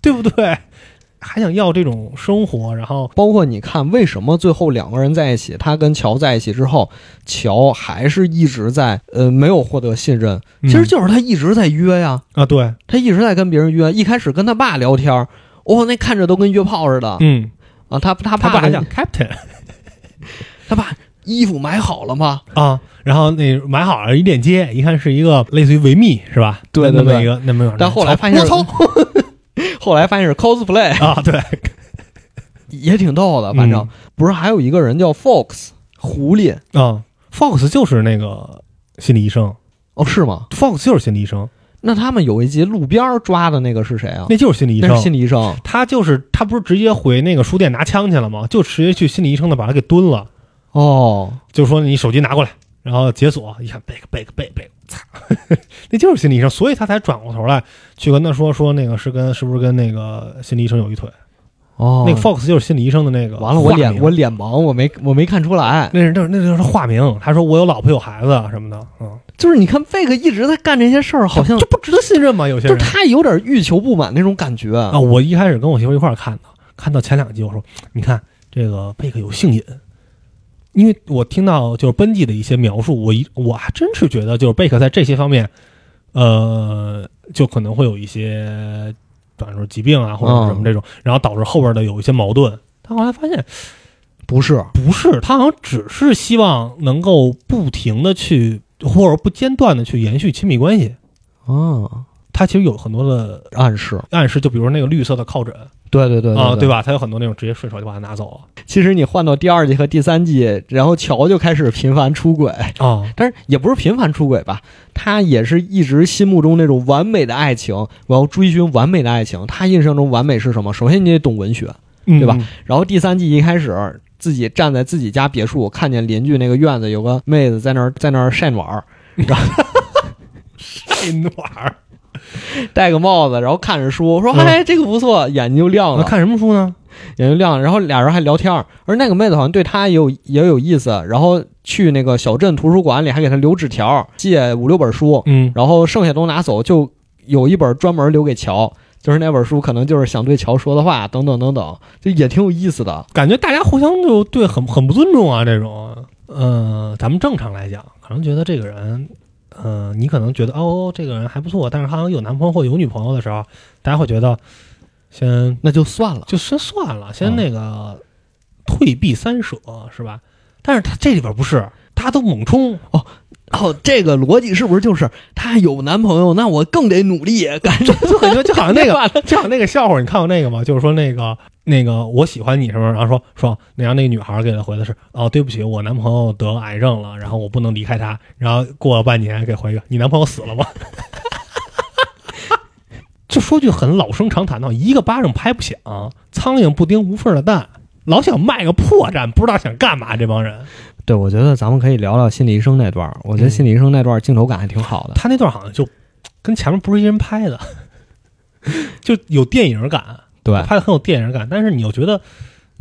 S3: 对不对？还想要这种生活，然后
S2: 包括你看，为什么最后两个人在一起，他跟乔在一起之后，乔还是一直在呃没有获得信任，其实
S3: 嗯
S2: 就是他一直在约呀，
S3: 啊，对，
S2: 他一直在跟别人约。一开始跟他爸聊天儿，哦，那看着都跟约炮似的
S3: 嗯，
S2: 啊。他他
S3: 他
S2: 爸
S3: 爸还
S2: 还
S3: 叫 Captain
S2: 他爸衣服买好了吗？
S3: 啊，然后那买好了一链接，一看是一个类似于维密是吧？
S2: 对
S3: 那
S2: 对
S3: 么
S2: 对
S3: 一个那么一个，
S2: 但后来发现是
S3: 我操
S2: 后来发现是 cosplay，
S3: 啊， 对，
S2: 也挺逗的。反正、
S3: 嗯
S2: 不是还有一个人叫 Fox 狐狸
S3: 啊，Fox 就是那个心理医生
S2: 哦，是吗？
S3: ，Fox 就是心理医生，
S2: 那他们有一集路边儿抓的那个是谁啊？
S3: 那就是心理医
S2: 那
S3: 生
S2: 是。心理医生。
S3: 他就是他不是直接回那个书店拿枪去了吗？就直接去心理医生那把他给蹲了，
S2: 哦，
S3: 就说你手机拿过来，然后解锁，一看贝克贝克贝贝，操， 那就是心理医生，所以他才转过头来去跟他说说那个是跟是不是跟那个心理医生有一腿？
S2: 哦，
S3: 那个 Fox 就是心理医生的那个化
S2: 完
S3: 名。
S2: 了，我脸我脸盲，我没我没看出来。
S3: 那是那是那就是化名，他说我有老婆有孩子什么的，嗯，
S2: 就是你看贝克一直在干这些事儿，好像
S3: 这不值得信任吗？有些
S2: 就是
S3: 人
S2: 他有点欲求不满那种感觉。
S3: 哦啊，我一开始跟我媳妇一块儿看的，看到前两集，我说你看这个贝克有性瘾，因为我听到就是奔记的一些描述，我一我还真是觉得就是贝克在这些方面，呃，就可能会有一些，比方说疾病啊或者
S2: 哦
S3: 是什么这种，然后导致后边的有一些矛盾。但后来发现
S2: 不是，
S3: 不是，他好像只是希望能够不停的去或者不间断的去延续亲密关系。
S2: 啊，
S3: 他其实有很多的
S2: 暗示，
S3: 暗示，就比如那个绿色的靠枕
S2: 对对对
S3: 啊，
S2: 对
S3: 对？吧？他有很多那种直接顺手就把它拿走了
S2: 其实你换到第二季和第三季，然后乔就开始频繁出轨，
S3: 啊。
S2: 但是也不是频繁出轨吧，他也是一直心目中那种完美的爱情，我要追寻完美的爱情。他印象中完美是什么？首先你得懂文学，
S3: 对
S2: 吧？然后第三季一开始，自己站在自己家别墅，看见邻居那个院子有个妹子在那儿在那儿晒暖儿，
S3: 太暖哎儿。
S2: 戴个帽子，然后看着书，说：“
S3: 嗯
S2: 哎，这个不错，眼睛就亮
S3: 那
S2: 了，
S3: 看什么书呢？
S2: 眼睛亮了。”然后俩人还聊天儿，而那个妹子好像对他也有也有意思，然后去那个小镇图书馆里还给他留纸条，借五六本书，
S3: 嗯，
S2: 然后剩下都拿走，就有一本专门留给乔。就是那本书，可能就是想对乔说的话，等等等等，就也挺有意思的。
S3: 感觉大家互相就对很很不尊重啊，这种。嗯、咱们正常来讲，可能觉得这个人，嗯、你可能觉得哦，这个人还不错，但是他好像有男朋友或有女朋友的时候，大家会觉得先
S2: 那就算了，
S3: 就先算了，先
S2: 嗯
S3: 那个退避三舍是吧？但是他这里边不是，他都猛冲，
S2: 哦，这个逻辑是不是就是她有男朋友，那我更得努力？感觉
S3: 就感觉就好像那个
S2: 个，
S3: 就好像那个笑话，你看过那个吗？就是说那个那个我喜欢你什么，然后说说，然后那个女孩给他回的是哦，对不起，我男朋友得癌症了，然后我不能离开他。然后过了半年给回一个，你男朋友死了吗？ 就说句很老生常谈的话，一个巴掌拍不响，苍蝇不叮无缝的蛋，老想卖个破绽，不知道想干嘛这帮人。
S2: 对，我觉得咱们可以聊聊心理医生那段儿。我觉得心理医生那段儿镜头感还挺好的。
S3: 他那段好像就跟前面不是一人拍的， 就有电影感。
S2: 对，
S3: 拍的很有电影感，但是你又觉得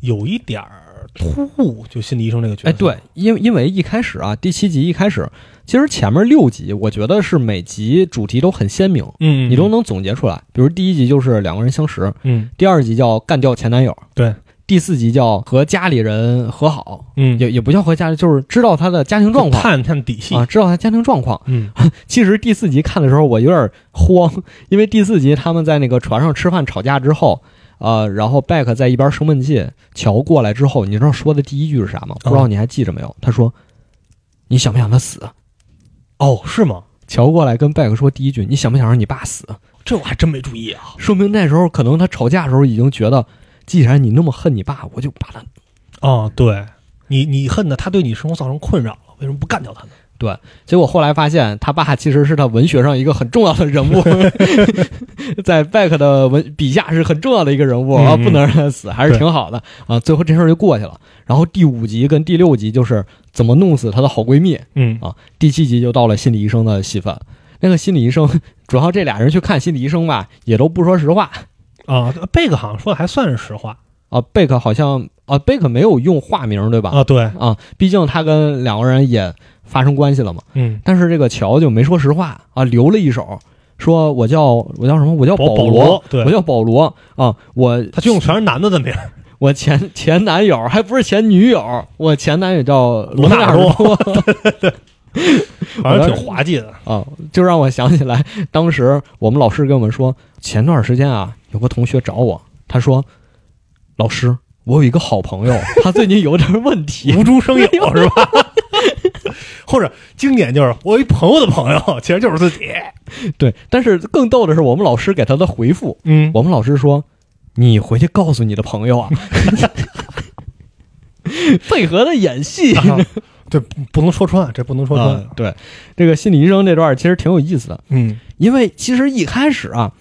S3: 有一点儿突兀，就心理医生这个角色。
S2: 哎，对，，因因为一开始啊，第七集一开始，其实前面六集，我觉得是每集主题都很鲜明，
S3: 嗯，
S2: 你都能总结出来。比如第一集就是两个人相识，
S3: 嗯，
S2: 第二集叫干掉前男友，
S3: 对，
S2: 第四集叫和家里人和好，
S3: 嗯，
S2: 也也不叫和家里，就是知道他的家庭状
S3: 就
S2: 况
S3: 探探底细
S2: 啊，，知道他家庭状况。
S3: 嗯
S2: 其实第四集看的时候，我有点慌，因为第四集他们在那个船上吃饭吵架之后，呃，然后 Beck 在一边生闷气，乔过来之后，你知道说的第一句是啥吗？不知道你还记着没有？他说：“你想不想他死啊
S3: 哦，是吗？？”
S2: 乔过来跟 Beck 说第一句：“你想不想让你爸死啊
S3: 这我还真没注意啊？”。
S2: 说明那时候可能他吵架的时候已经觉得，既然你那么恨你爸，我就把他
S3: 哦，对你，你恨的他对你生活造成困扰了，为什么不干掉他呢？
S2: 结果后来发现，他爸其实是他文学上一个很重要的人物， 在拜克的文笔下是很重要的一个人物啊，
S3: 嗯嗯
S2: 不能让他死，还是挺好的啊。最后这事儿就过去了。然后第五集跟第六集就是怎么弄死她的好闺蜜，
S3: 嗯
S2: 第七集就到了心理医生的戏份。那个心理医生，主要这俩人去看心理医生吧，也都不说实话
S3: 啊，贝克好像说的还算是实话
S2: 啊。贝克好像啊，贝克没有用化名对吧？
S3: 啊，对，
S2: 啊，毕竟他跟两个人也发生关系了嘛。
S3: 嗯，
S2: 但是这个乔就没说实话啊，留了一手，说我叫我叫什么？我叫
S3: 保
S2: 保
S3: 罗，
S2: 我
S3: 对，
S2: 叫保罗啊，我
S3: 他就用全是男的的名儿，
S2: 我前前男友还不是前女友，我前男友叫
S3: 罗纳
S2: 纳
S3: 尔
S2: 多
S3: 多反正挺滑稽的。
S2: 啊，就让我想起来当时我们老师跟我们说，前段时间啊，有个同学找我，他说，老师，我有一个好朋友，他最近有点问题，
S3: 无中生有是吧？ 或者经典就是我有一朋友的朋友，其实就是自己。
S2: 对，但是更逗的是我们老师给他的回复，
S3: 嗯，
S2: 我们老师说，你回去告诉你的朋友啊， 配合的演戏。
S3: 啊对，不能说穿，这不能说穿。
S2: 啊，对，这个心理医生这段其实挺有意思的，
S3: 嗯
S2: 因为其实一开始啊，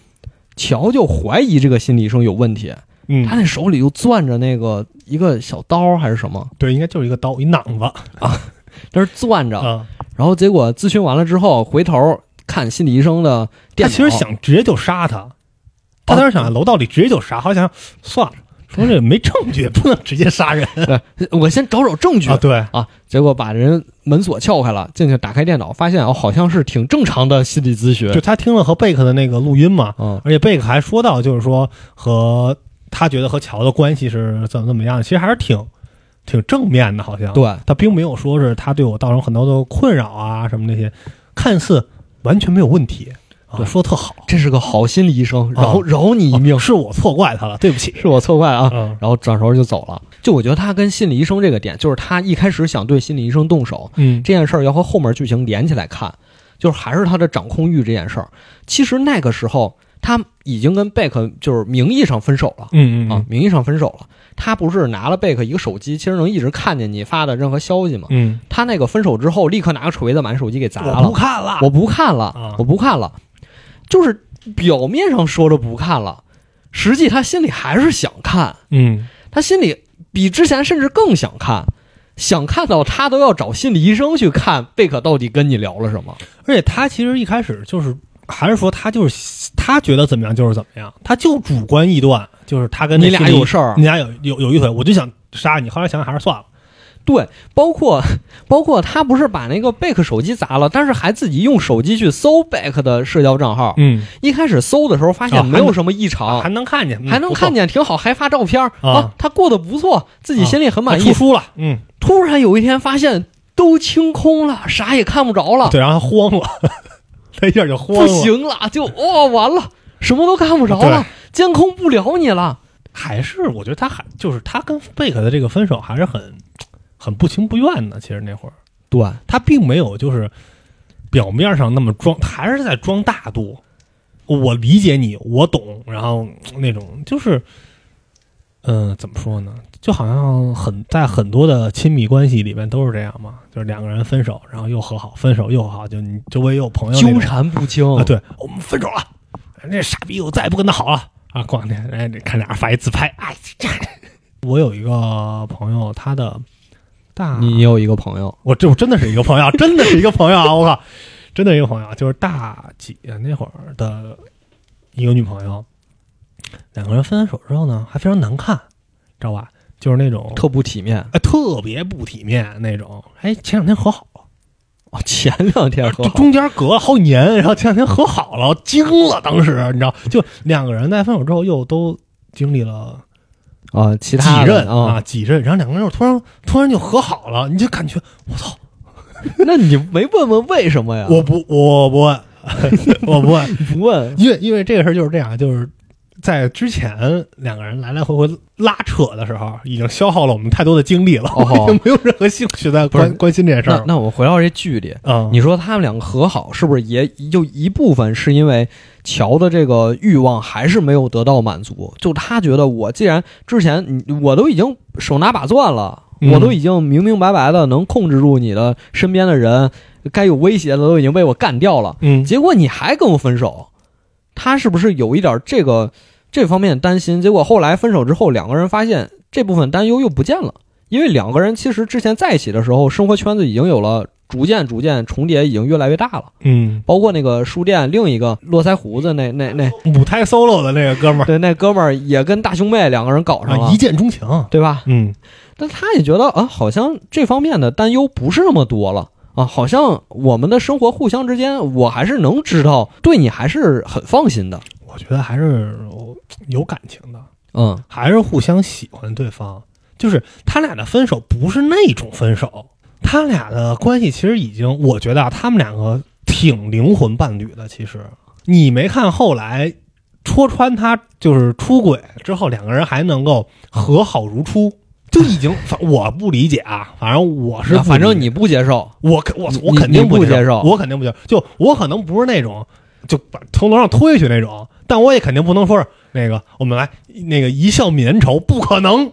S2: 乔就怀疑这个心理医生有问题，他
S3: 嗯，
S2: 那手里就攥着那个一个小刀还是什么，
S3: 对，应该就是一个刀，一囊子
S2: 在那儿攥着，
S3: 啊。
S2: 然后结果咨询完了之后，回头看心理医生的
S3: 他
S2: 电脑，
S3: 其实想直接就杀他，他当时想在楼道里直接就杀，好像算了，说这没证据，不能直接杀人
S2: 我先找找证据
S3: 啊。对，
S2: 啊，结果把人门锁撬开了，进去打开电脑，发现哦，好像是挺正常的心理咨询
S3: 就。他听了和贝克的那个录音嘛，
S2: 嗯
S3: 而且贝克还说到，就是说和他觉得和乔的关系是怎么怎么样，其实还是挺挺正面的，好像。
S2: 对，
S3: 他并没有说是他对我造成很多的困扰啊什么那些，看似完全没有问题啊，
S2: 对
S3: 说得特好，
S2: 这是个好心理医生，
S3: 啊
S2: 饶饶你一命，
S3: 是我错怪他了，对不起。
S2: 是我错怪啊。
S3: 嗯
S2: 然后转头就走了。就我觉得他跟心理医生这个点，就是他一开始想对心理医生动手
S3: 嗯
S2: 这件事儿，要和后面剧情连起来看，就是还是他的掌控欲这件事儿。其实那个时候他已经跟贝克就是名义上分手了。
S3: 嗯嗯
S2: 啊，名义上分手了。他不是拿了贝克一个手机，其实能一直看见你发的任何消息吗？
S3: 嗯，
S2: 他那个分手之后，立刻拿个锤子把你手机给砸
S3: 我不
S2: 了。
S3: 看了，
S2: 我不看
S3: 啊
S2: 了，我不看了，就是表面上说着不看了，实际他心里还是想看，
S3: 嗯
S2: 他心里比之前甚至更想看，想看到他都要找心理医生去看贝克到底跟你聊了什么。
S3: 而且他其实一开始就是，还是说他就是他觉得怎么样就是怎么样，他就主观臆断，就是他跟那
S2: 你俩
S3: 心理
S2: 有事儿
S3: 你，俩有有有一腿，我就想杀你，后来想想还是算了。
S2: 对，包括包括他不是把那个贝克手机砸了，但是还自己用手机去搜贝克的社交账号，
S3: 嗯，
S2: 一开始搜的时候发
S3: 啊
S2: 现没有什么异常，
S3: 还能看见，嗯
S2: 还能看，见挺好，还发照片儿哦
S3: 啊
S2: 他过得不错，自己心里很
S3: 不错
S2: 满
S3: 他
S2: 意。
S3: 出书了，嗯，
S2: 突然有一天发现都清空了，啥也看不着了，
S3: 对，然后他慌了， 他一下就慌了，
S2: 不行了，就哦完了，什么都看不着了，监控不了你了。
S3: 还是我觉得他还就是他跟贝克的这个分手还是很很不情不愿的。其实那会儿
S2: 对，
S3: 他并没有就是表面上那么装，还是在装大度。我理解你，我懂，然后嗯那种就是，嗯、怎么说呢？就好像很在很多的亲密关系里面都是这样嘛，就是两个人分手，然后又和好，分手又和好，就你周围也有朋友那
S2: 纠
S3: 种
S2: 缠不清。
S3: 啊，对我们分手了，那傻逼我再也不跟他好了啊！过两天哎，看俩人发一自拍，哎，这我有一个朋友，他的大
S2: 你有一个朋友，
S3: 我这我真的是一个朋友， 真的是一个朋友啊！我靠，真的是一个朋友，啊就是大姐那会儿的一个女朋友，两个人分完手之后呢，还非常难看，知道吧？就是那种
S2: 特不体面。
S3: 哎特别不体面那种。哎，前两天和好了。
S2: 哦，前两 天和
S3: 这
S2: 好，
S3: 啊中间隔了好几年，然后前两天和好了，我惊了，当时你知道，就两个人在分手之后又都经历了
S2: 啊，其
S3: 几
S2: 他的
S3: 任啊
S2: 啊，
S3: 几任，然后两个人又突然突然就和好了，你就感觉我操，
S2: 那你没问问为什么呀？
S3: 我不我 不问，我不问，
S2: 不问，
S3: 因为因为这个事儿就是这样，就是。在之前两个人来来回回拉扯的时候，已经消耗了我们太多的精力了，
S2: 哦
S3: 我已经没有任何兴趣在
S2: 不是
S3: 关关心这件事
S2: 那
S3: 儿了。
S2: 那我回到这剧里，
S3: 嗯，
S2: 你说他们两个和好，是不是也就一部分是因为乔的这个欲望还是没有得到满足？就他觉得我既然之前你我都已经手拿把攥了，
S3: 嗯
S2: 我都已经明明白白的能控制住你的身边的人，该有威胁的都已经被我干掉了，
S3: 嗯，
S2: 结果你还跟我分手，他是不是有一点这个这方面担心？结果后来分手之后，两个人发现这部分担忧又不见了，因为两个人其实之前在一起的时候，生活圈子已经有了逐渐逐渐重叠，已经越来越大了。
S3: 嗯，
S2: 包括那个书店另一个络腮胡子那那那
S3: 母胎 solo 的那个哥们儿
S2: 对那哥们儿也跟大兄妹两个人搞上了
S3: 啊，一，见钟情。
S2: 对吧？
S3: 嗯，
S2: 但他也觉得啊，好像这方面的担忧不是那么多了啊，好像我们的生活互相之间，我还是能知道对你还是很放心的。
S3: 我觉得还是有感情的，
S2: 嗯，
S3: 还是互相喜欢对方。就是他俩的分手不是那种分手，他俩的关系其实已经，我觉得啊，他们两个挺灵魂伴侣的。其实你没看后来戳穿他就是出轨之后，两个人还能够和好如初，就已经反我不理解啊，反正我是
S2: 那
S3: 不
S2: 反
S3: 理
S2: 正
S3: 解
S2: 你不接受，
S3: 我肯我
S2: 你
S3: 我肯定
S2: 你不
S3: 接
S2: 接受
S3: 我肯定不接受。就我可能不是那种就把从楼上推下去那种，但我也肯定不能说是那个我们来那个一笑泯恩仇，不可能，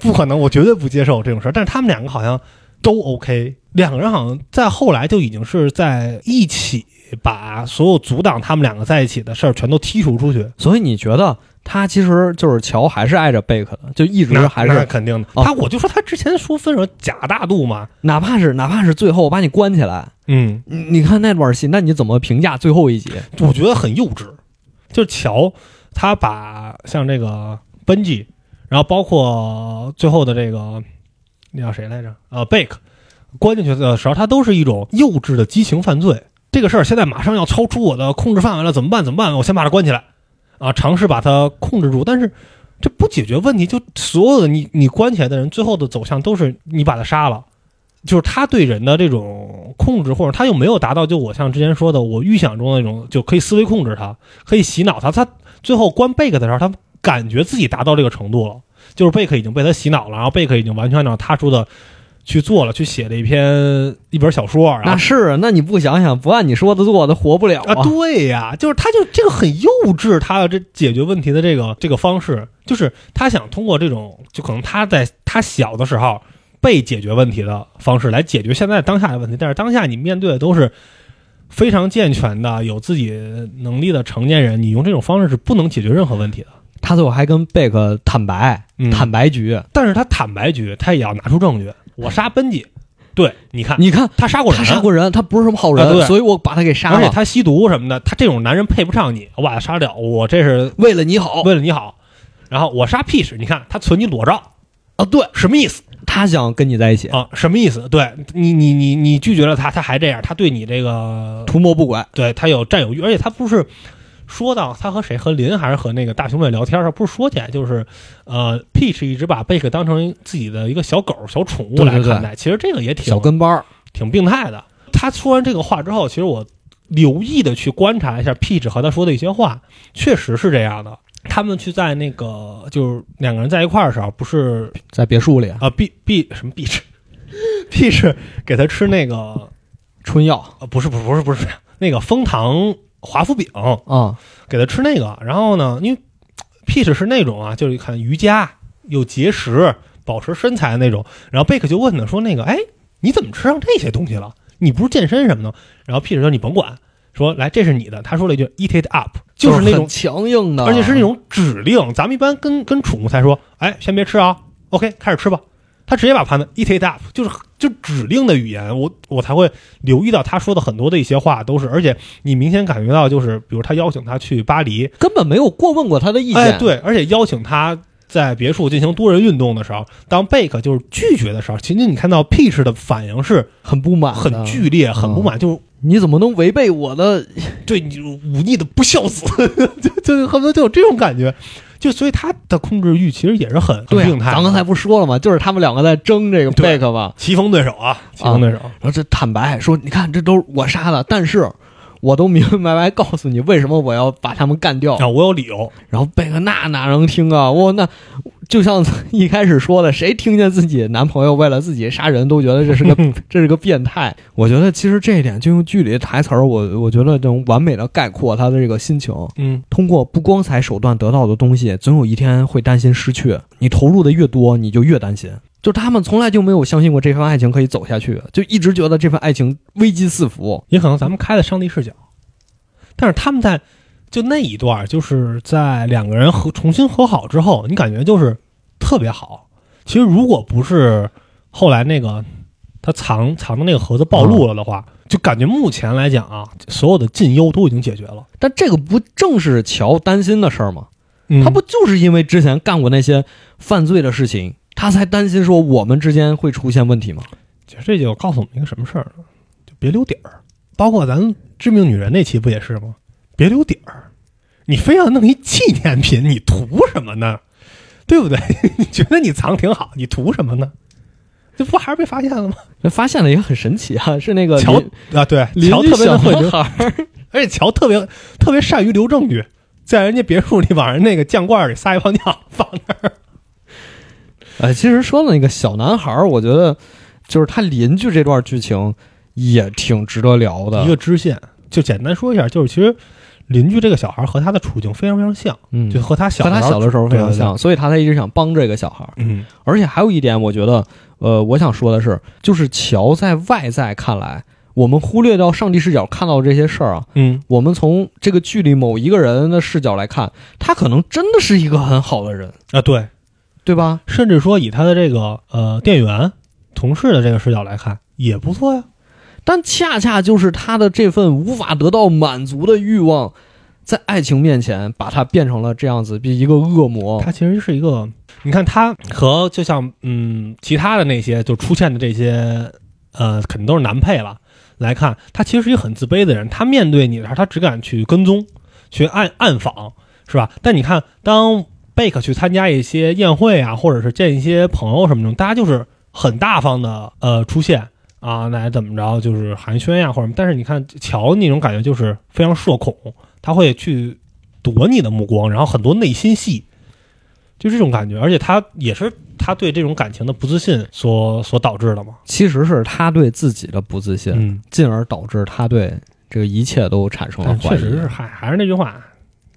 S3: 不可能，我绝对不接受这种事儿。但是他们两个好像都 OK，两个人好像在后来就已经是在一起。把所有阻挡他们两个在一起的事儿全都剔除出去，
S2: 所以你觉得他其实就是乔还是爱着贝克的，就一直
S3: 那
S2: 还
S3: 那
S2: 是
S3: 肯定的。
S2: 哦
S3: 他我就说他之前说分手假大度嘛，
S2: 哪怕是哪怕是最后我把你关起来，
S3: 嗯，
S2: 你你看那段戏，那你怎么评价最后一集？
S3: 我觉得很幼稚。就是乔，他把像这个奔吉，然后包括最后的这个那叫谁来着？呃，贝克关进去的时候，他都是一种幼稚的激情犯罪。这个事儿现在马上要超出我的控制范围了，怎么办？怎么办？我先把他关起来啊，尝试把他控制住。但是这不解决问题，就所有的你你关起来的人，最后的走向都是你把他杀了。就是他对人的这种控制，或者他又没有达到，就我像之前说的，我预想中的那种，就可以思维控制他，可以洗脑他。他最后关贝克的时候，他感觉自己达到这个程度了，就是贝克已经被他洗脑了，然后贝克已经完全按照他说的去做了，去写了一篇一本小说，然后
S2: 那是，那你不想想，不按你说的做，他活不了
S3: 啊，对呀、就是他就这个很幼稚，他的这解决问题的这个这个方式，就是他想通过这种，就可能他在他小的时候被解决问题的方式来解决现在当下的问题，但是当下你面对的都是非常健全的、有自己能力的成年人，你用这种方式是不能解决任何问题的。
S2: 他最后还跟贝克坦白，
S3: 嗯
S2: 坦白局，
S3: 但是他坦白局，他也要拿出证据，我杀奔吉，对，你看
S2: 你看
S3: 他杀过人，
S2: 他杀过人，他不是什么好
S3: 啊
S2: 人，
S3: 对
S2: 所以我把他给杀
S3: 而且
S2: 了，
S3: 他吸毒什么的，他这种男人配不上你，我把他杀掉，我这是
S2: 为了你好
S3: 为了你好。然后我杀 P 是，你看他存你裸照
S2: 啊，对
S3: 什么意思
S2: 他想跟你在一起，
S3: 啊？什么意思？对你，你，你，你拒绝了他，他还这样，他对你这个，
S2: 图谋不轨，
S3: 对他有占有欲，而且他不是说到他和谁和林还是和那个大熊妹聊天儿，他不是说起来就是，呃，Peach 一直把贝克当成自己的一个小狗、小宠物
S2: 对
S3: 来
S2: 对对
S3: 看待，其实这个也挺
S2: 小跟班儿，
S3: 挺病态的。他说完这个话之后，其实我留意的去观察一下 Peach 和他说的一些话，确实是这样的。他们去在那个就是两个人在一块儿的时候，不是
S2: 在别墅里
S3: 啊 B B 什么 B 吃，B 是 给他吃那个
S2: 春药
S3: 呃不是不是不是不是那个枫糖华夫饼，
S2: 啊，
S3: 给他吃那个。然后呢，因为 Peach 是那种啊，就是一看瑜伽又节食，保持身材的那种。然后贝克就问他说：“那个，哎，你怎么吃上这些东西了？你不是健身什么的？”然后 Peach 说：“你甭管，说来这是你的。”他说了一句：“Eat it up”，就是那种
S2: 很，强硬的，
S3: 而且是那种指令。咱们一般跟跟宠物才说：“哎，先别吃啊，OK，开始吃吧。”他直接把盘子 eat it up，就是就指令的语言，我我才会留意到他说的很多的一些话都是，而且你明显感觉到就是，比如他邀请他去巴黎，
S2: 根本没有过问过他的意见，
S3: 哎，，对，而且邀请他在别墅进行多人运动的时候，当贝克就是拒绝的时候，其实你看到 Peach 的反应是
S2: 很不满，
S3: 很，剧烈、很不
S2: 嗯
S3: 满，就是
S2: 你怎么能违背我的？
S3: 对你忤逆的不孝子， 就就恨不得就有这种感觉。就所以他的控制欲其实也是很很
S2: 对啊，
S3: 病态的。
S2: 咱刚才不说了吗？就是他们两个在争这个
S3: 对
S2: 贝克嘛，
S3: 棋逢对手啊，棋逢对手，
S2: 然后这坦白说，你看这都是我杀的，但是我都明明白白告诉你为什么我要把他们干掉。
S3: 啊，我有理由，
S2: 然后贝克那哪能听啊？我那就像一开始说的，谁听见自己男朋友为了自己杀人都觉得这 是个这是个变态。我觉得其实这一点就用剧里的台词儿，我我觉得能完美的概括他的这个心情。
S3: 嗯，
S2: 通过不光彩手段得到的东西，总有一天会担心失去。你投入的越多，你就越担心。就他们从来就没有相信过这份爱情可以走下去，就一直觉得这份爱情危机四伏。
S3: 也可能咱们开的上帝视角，但是他们在就那一段儿，就是在两个人和重新和好之后，你感觉就是特别好。其实如果不是后来那个他藏藏的那个盒子暴露了的话，就感觉目前来讲啊，所有的近忧都已经解决了。
S2: 但这个不正是乔担心的事儿吗？
S3: 嗯
S2: 他不就是因为之前干过那些犯罪的事情，他才担心说我们之间会出现问题吗？
S3: 其实这就告诉我们一个什么事儿呢？就别留底儿。包括咱致命女人那期不也是吗？别留底儿，你非要弄一纪念品，你图什么呢？对不对？ 你觉得你藏挺好，你图什么呢？这不还是被发现了吗？
S2: 那发现了也很神奇啊，是那个
S3: 乔
S2: 邻
S3: 啊，对，
S2: 邻
S3: 乔
S2: 居
S3: 特别
S2: 小
S3: 的会
S2: 男
S3: 留，
S2: 孩儿，
S3: 而且乔特别特别善于留证据，在人家别墅里往人那个酱罐里撒一泡尿，放那儿。
S2: 呃，其实说到那个小男孩儿，我觉得就是他邻居这段剧情也挺值得聊的。
S3: 一个支线，就简单说一下，就是其实邻居这个小孩和他的处境非常非常像，
S2: 嗯，
S3: 就和他小
S2: 和他
S3: 时候
S2: 小的时候非常
S3: 对对对
S2: 像，所以他才一直想帮这个小孩儿。
S3: 嗯
S2: 而且还有一点，我觉得，呃，我想说的是，就是乔在外在看来，我们忽略掉上帝视角看到的这些事儿啊，
S3: 嗯，
S2: 我们从这个剧里某一个人的视角来看，他可能真的是一个很好的人，
S3: 啊，对，
S2: 对吧？
S3: 甚至说以他的这个呃店员同事的这个视角来看，也不错呀。
S2: 但恰恰就是他的这份无法得到满足的欲望，在爱情面前把他变成了这样子，比一个恶魔。
S3: 他其实是一个，你看他和就像嗯其他的那些就出现的这些呃，肯定都是男配了来看，他其实是一个很自卑的人。他面对你的时候，他只敢去跟踪，去暗暗访，是吧？但你看，当贝克去参加一些宴会啊，或者是见一些朋友什么的，大家就是很大方的呃出现啊，来怎么着就是寒暄呀、或者什么。但是你看乔那种感觉就是非常社恐，他会去躲你的目光，然后很多内心戏，就这种感觉。而且他也是他对这种感情的不自信所所导致的嘛。
S2: 其实是他对自己的不自信，
S3: 嗯，
S2: 进而导致他对这个一切都产生了
S3: 但
S2: 怀
S3: 哎确
S2: 疑。
S3: 实是，嗨，还是那句话，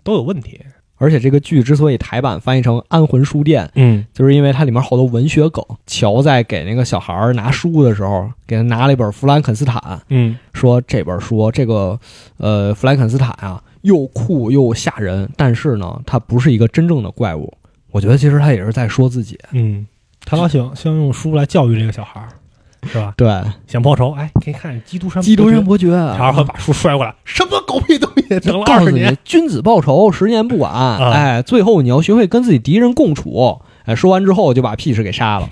S3: 都有问题。
S2: 而且这个剧之所以台版翻译成《安魂书店》，
S3: 嗯
S2: 就是因为它里面好多文学梗。乔在给那个小孩儿拿书的时候，给他拿了一本《弗兰肯斯坦》，
S3: 嗯
S2: 说这本书这个呃弗兰肯斯坦啊，又酷又吓人，但是呢，它不是一个真正的怪物。我觉得其实他也是在说自己，
S3: 嗯，他老想想用书来教育这个小孩儿，是吧？
S2: 对，
S3: 想报仇，哎，可以看《基督山
S2: 基督山伯爵，
S3: 然后把书摔过来，什么狗屁东西， 等了
S2: 啊告
S3: 二
S2: 诉
S3: 十
S2: 你
S3: 年，，啊
S2: 君子报仇，十年不晚。哎，最后你要学会跟自己敌人共处。哎，说完之后就把屁事给杀了。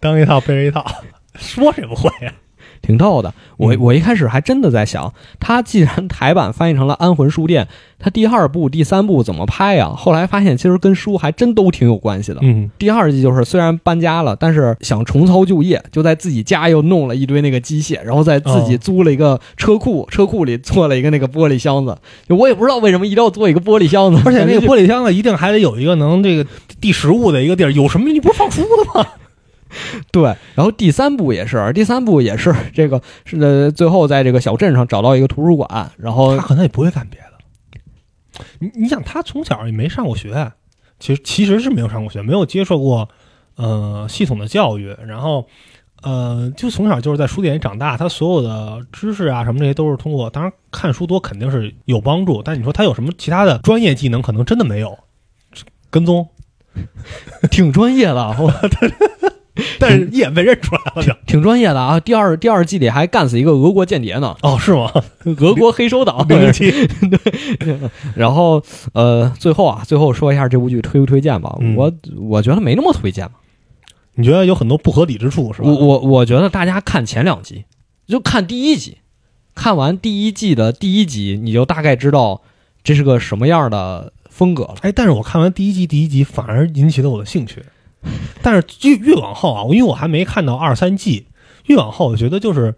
S3: 当一套背着一套， 说谁不会啊呀？
S2: 挺逗的。我
S3: 嗯
S2: 我一开始还真的在想，他既然台版翻译成了《安魂书店》，他第二部、第三部怎么拍呀、后来发现其实跟书还真都挺有关系的。
S3: 嗯，
S2: 第二季就是虽然搬家了，但是想重操旧业，就在自己家又弄了一堆那个机械，然后在自己
S3: 哦
S2: 租了一个车库，车库里做了一个那个玻璃箱子。就我也不知道为什么一定要做一个玻璃箱子，
S3: 而 且那个
S2: 璃
S3: 玻璃箱子一定还得有一个能这个递食物的一个地儿，有什么你不是放书的吗？
S2: 对。然后第三部也是，第三部也是这个是呃，最后在这个小镇上找到一个图书馆，然后
S3: 他可能也不会干别的。你你想，他从小也没上过学，其实其实是没有上过学，没有接受过呃系统的教育，然后呃就从小就是在书店里长大，他所有的知识啊什么这些都是通过，当然看书多肯定是有帮助，但你说他有什么其他的专业技能，可能真的没有。跟踪，
S2: 挺专业的啊，我
S3: 但 是一眼被认出来了就。
S2: 挺专业的啊。第二第二季里还干死一个俄国间谍 呢，
S3: 哦，是吗？
S2: 俄国黑手党。
S3: 零零七，
S2: 然后呃，最后啊，最后说一下这部剧推不推荐吧？
S3: 嗯
S2: 我我觉得没那么推荐吧。
S3: 你觉得有很多不合理之处是吧？
S2: 我我我觉得大家看前两集，就看第一集，看完第一季的第一集，你就大概知道这是个什么样的风格了。
S3: 哎，但是我看完第一集，第一集反而引起了我的兴趣。但是越越往后啊，因为我还没看到二三季，越往后我觉得就是，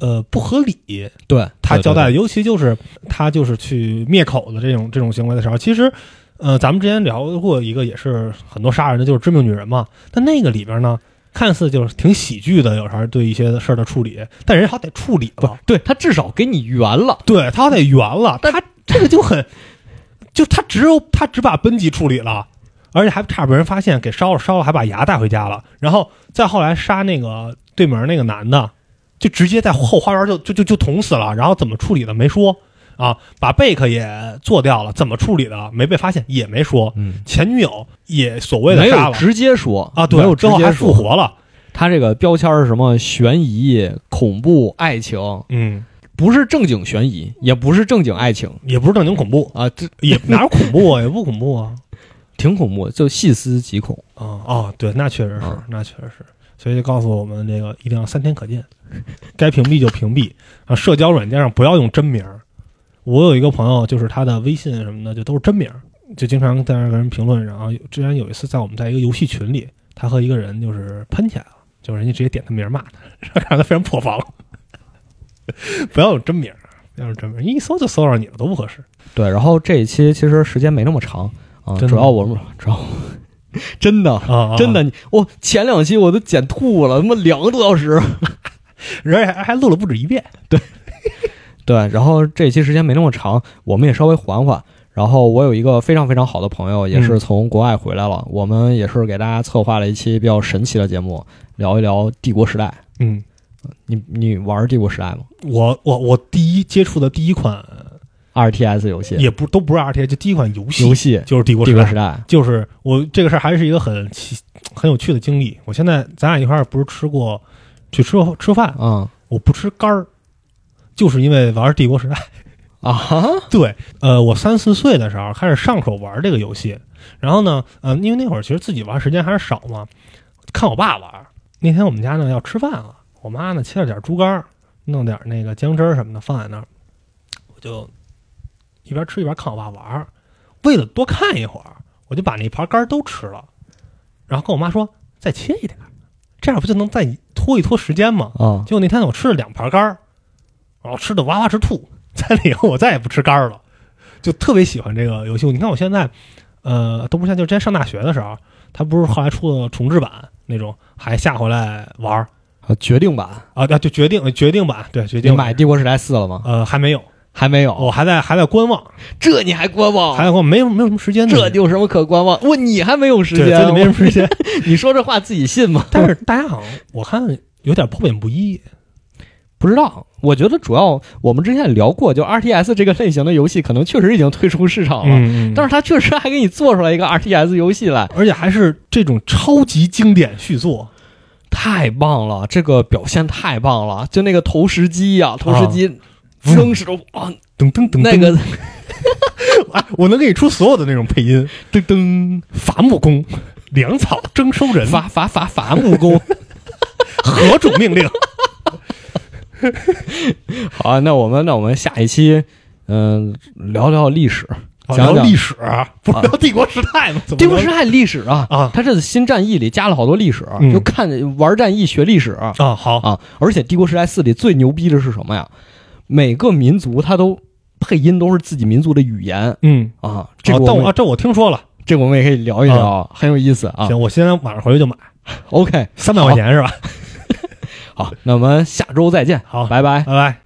S3: 呃，不合理。
S2: 对
S3: 他交代的，
S2: 对
S3: 尤其就是他就是去灭口的这种这种行为的时候，其实，呃，咱们之前聊过一个也是很多杀人的，就是《致命女人》嘛。但那个里边呢，看似就是挺喜剧的，有时候对一些事儿的处理，但人好歹处理
S2: 对
S3: 了，
S2: 对对他至少给你圆了。
S3: 对他好歹圆了，
S2: 但
S3: 他这个就很，就他只有他只把奔级处理了，而且还差被人发现给烧了，烧了还把牙带回家了，然后再后来杀那个对门那个男的，就直接在后花园就就就就捅死了，然后怎么处理的没说啊，把贝克也做掉了，怎么处理的没被发现也没说，
S2: 嗯，
S3: 前女友也所谓的
S2: 没
S3: 杀
S2: 有
S3: 了
S2: 直接说
S3: 啊，
S2: 没有
S3: 对，
S2: 直
S3: 最后
S2: 接
S3: 还
S2: 说
S3: 复活了，
S2: 他这个标签是什么？悬疑、恐怖、爱情，
S3: 嗯，
S2: 不是正经悬疑，也不是正经爱情
S3: 也不是正经恐怖，
S2: 啊，这
S3: 也哪有恐怖啊，也不恐怖啊。
S2: 挺恐怖，就细思极恐。
S3: 哦哦，对，那确实是，
S2: 嗯
S3: 那确实是，所以就告诉我们这个一定要三天可见， 该屏蔽就屏蔽啊，社交软件上不要用真名儿。我有一个朋友，就是他的微信什么的就都是真名儿，就经常在那儿跟人评论。然后有之前有一次在我们在一个游戏群里，他和一个人就是喷起来了，就是人家直接点他名儿骂他，让他非常破防。 不要用真名儿，不要用真名儿，你一搜就搜上你了，多不合适。
S2: 对，然后这一期其实时间没那么长啊，
S3: 真的
S2: 主要我们主要 真的
S3: 啊啊
S2: 真的，你我前两期我都剪吐了，他妈两个多小时。
S3: 人还还录了不止一遍。
S2: 对，然后这一期时间没那么长，我们也稍微缓缓。然后我有一个非常非常好的朋友，也是从国外回来了，我们也是给大家策划了一期比较神奇的节目，聊一聊帝国时代。
S3: 嗯，
S2: 你你玩帝国时代吗
S3: 我我我第一接触的第一款
S2: ？RTS 游戏，
S3: 也不都不是 R T A，就第一款游戏
S2: 游戏《
S3: 就是《帝国
S2: 帝
S3: 时
S2: 国
S3: 代》
S2: 时代
S3: 就是我这个事儿还是一个很奇很有趣的经历。我现在咱俩一块儿不是吃过去吃吃》饭，
S2: 嗯
S3: 我不吃肝儿，就是因为玩《帝国时代》。
S2: 啊哈，
S3: 对，呃，我三四岁的时候开始上手玩这个游戏，然后呢，呃，因为那会儿其实自己玩时间还是少嘛，看我爸玩。那天我们家呢要吃饭了，我妈呢切了点猪肝儿，弄点那个姜汁儿什么的放在那儿，我就一边吃一边看我爸玩儿。为了多看一会儿，我就把那盘肝儿都吃了，然后跟我妈说再切一点儿，这样不就能再拖一拖时间吗？
S2: 啊
S3: 结果那天我吃了两盘肝儿，然后吃的哇哇直吐。在那以后我再也不吃肝儿了，就特别喜欢这个游戏。你看我现在，呃，都不像就之前上大学的时候，它不是后来出了重制版那种，还下回来玩儿
S2: 啊！决定版，
S3: 啊，对，就决定决定版，对，决
S2: 你
S3: 定
S2: 买《帝国时代四》了吗？
S3: 呃还没有，
S2: 还没有，
S3: 我还在还在观望，
S2: 这你哦还观望
S3: 还在观望，没有没有什么时间的，
S2: 哦这有什么可观望？问你还没有时
S3: 对，
S2: 间
S3: 真的没什么
S2: 啊，
S3: 时间。
S2: 你说这话自己信 吗？
S3: 但是大家好像我看有点褒贬不一，
S2: 不知道，我觉得主要我们之前也聊过，就 R T S 这个类型的游戏，可能确实已经退出市场了，
S3: 嗯
S2: 但是它确实还给你做出来一个 R T S 游戏来，
S3: 而且还是这种超级经典续作，
S2: 太棒了，这个表现太棒了，就那个投石机呀、投石机扔石头啊，
S3: 噔噔噔噔，
S2: 那个
S3: 哎，我能给你出所有的那种配音，
S2: 噔噔
S3: 伐木工、粮草征收人、
S2: 伐伐伐伐木工。
S3: 何种命 令？
S2: 好啊，那我们那我们下一期，嗯、聊聊历史，
S3: 啊
S2: 讲
S3: 聊
S2: 讲
S3: 历史，不是啊聊帝国时代吗？怎么
S2: 帝国时
S3: 能
S2: 代历史啊
S3: 啊
S2: 它这次新战役里加了好多历史，
S3: 嗯
S2: 就看玩战役学历史啊。
S3: 啊，好，
S2: 而且帝国时代四里最牛逼的是什么呀？每个民族它都配音都是自己民族的语言
S3: 嗯，
S2: 啊，这
S3: 啊
S2: 个我
S3: 但我
S2: 们、
S3: 啊，这我听说了，
S2: 这个我们也可以聊一聊，很有意思啊。
S3: 行，我现在晚上回去就买，
S2: OK，
S3: 三百块钱是吧？
S2: 好，那我们下周再见，
S3: 好
S2: 拜拜。
S3: 拜拜。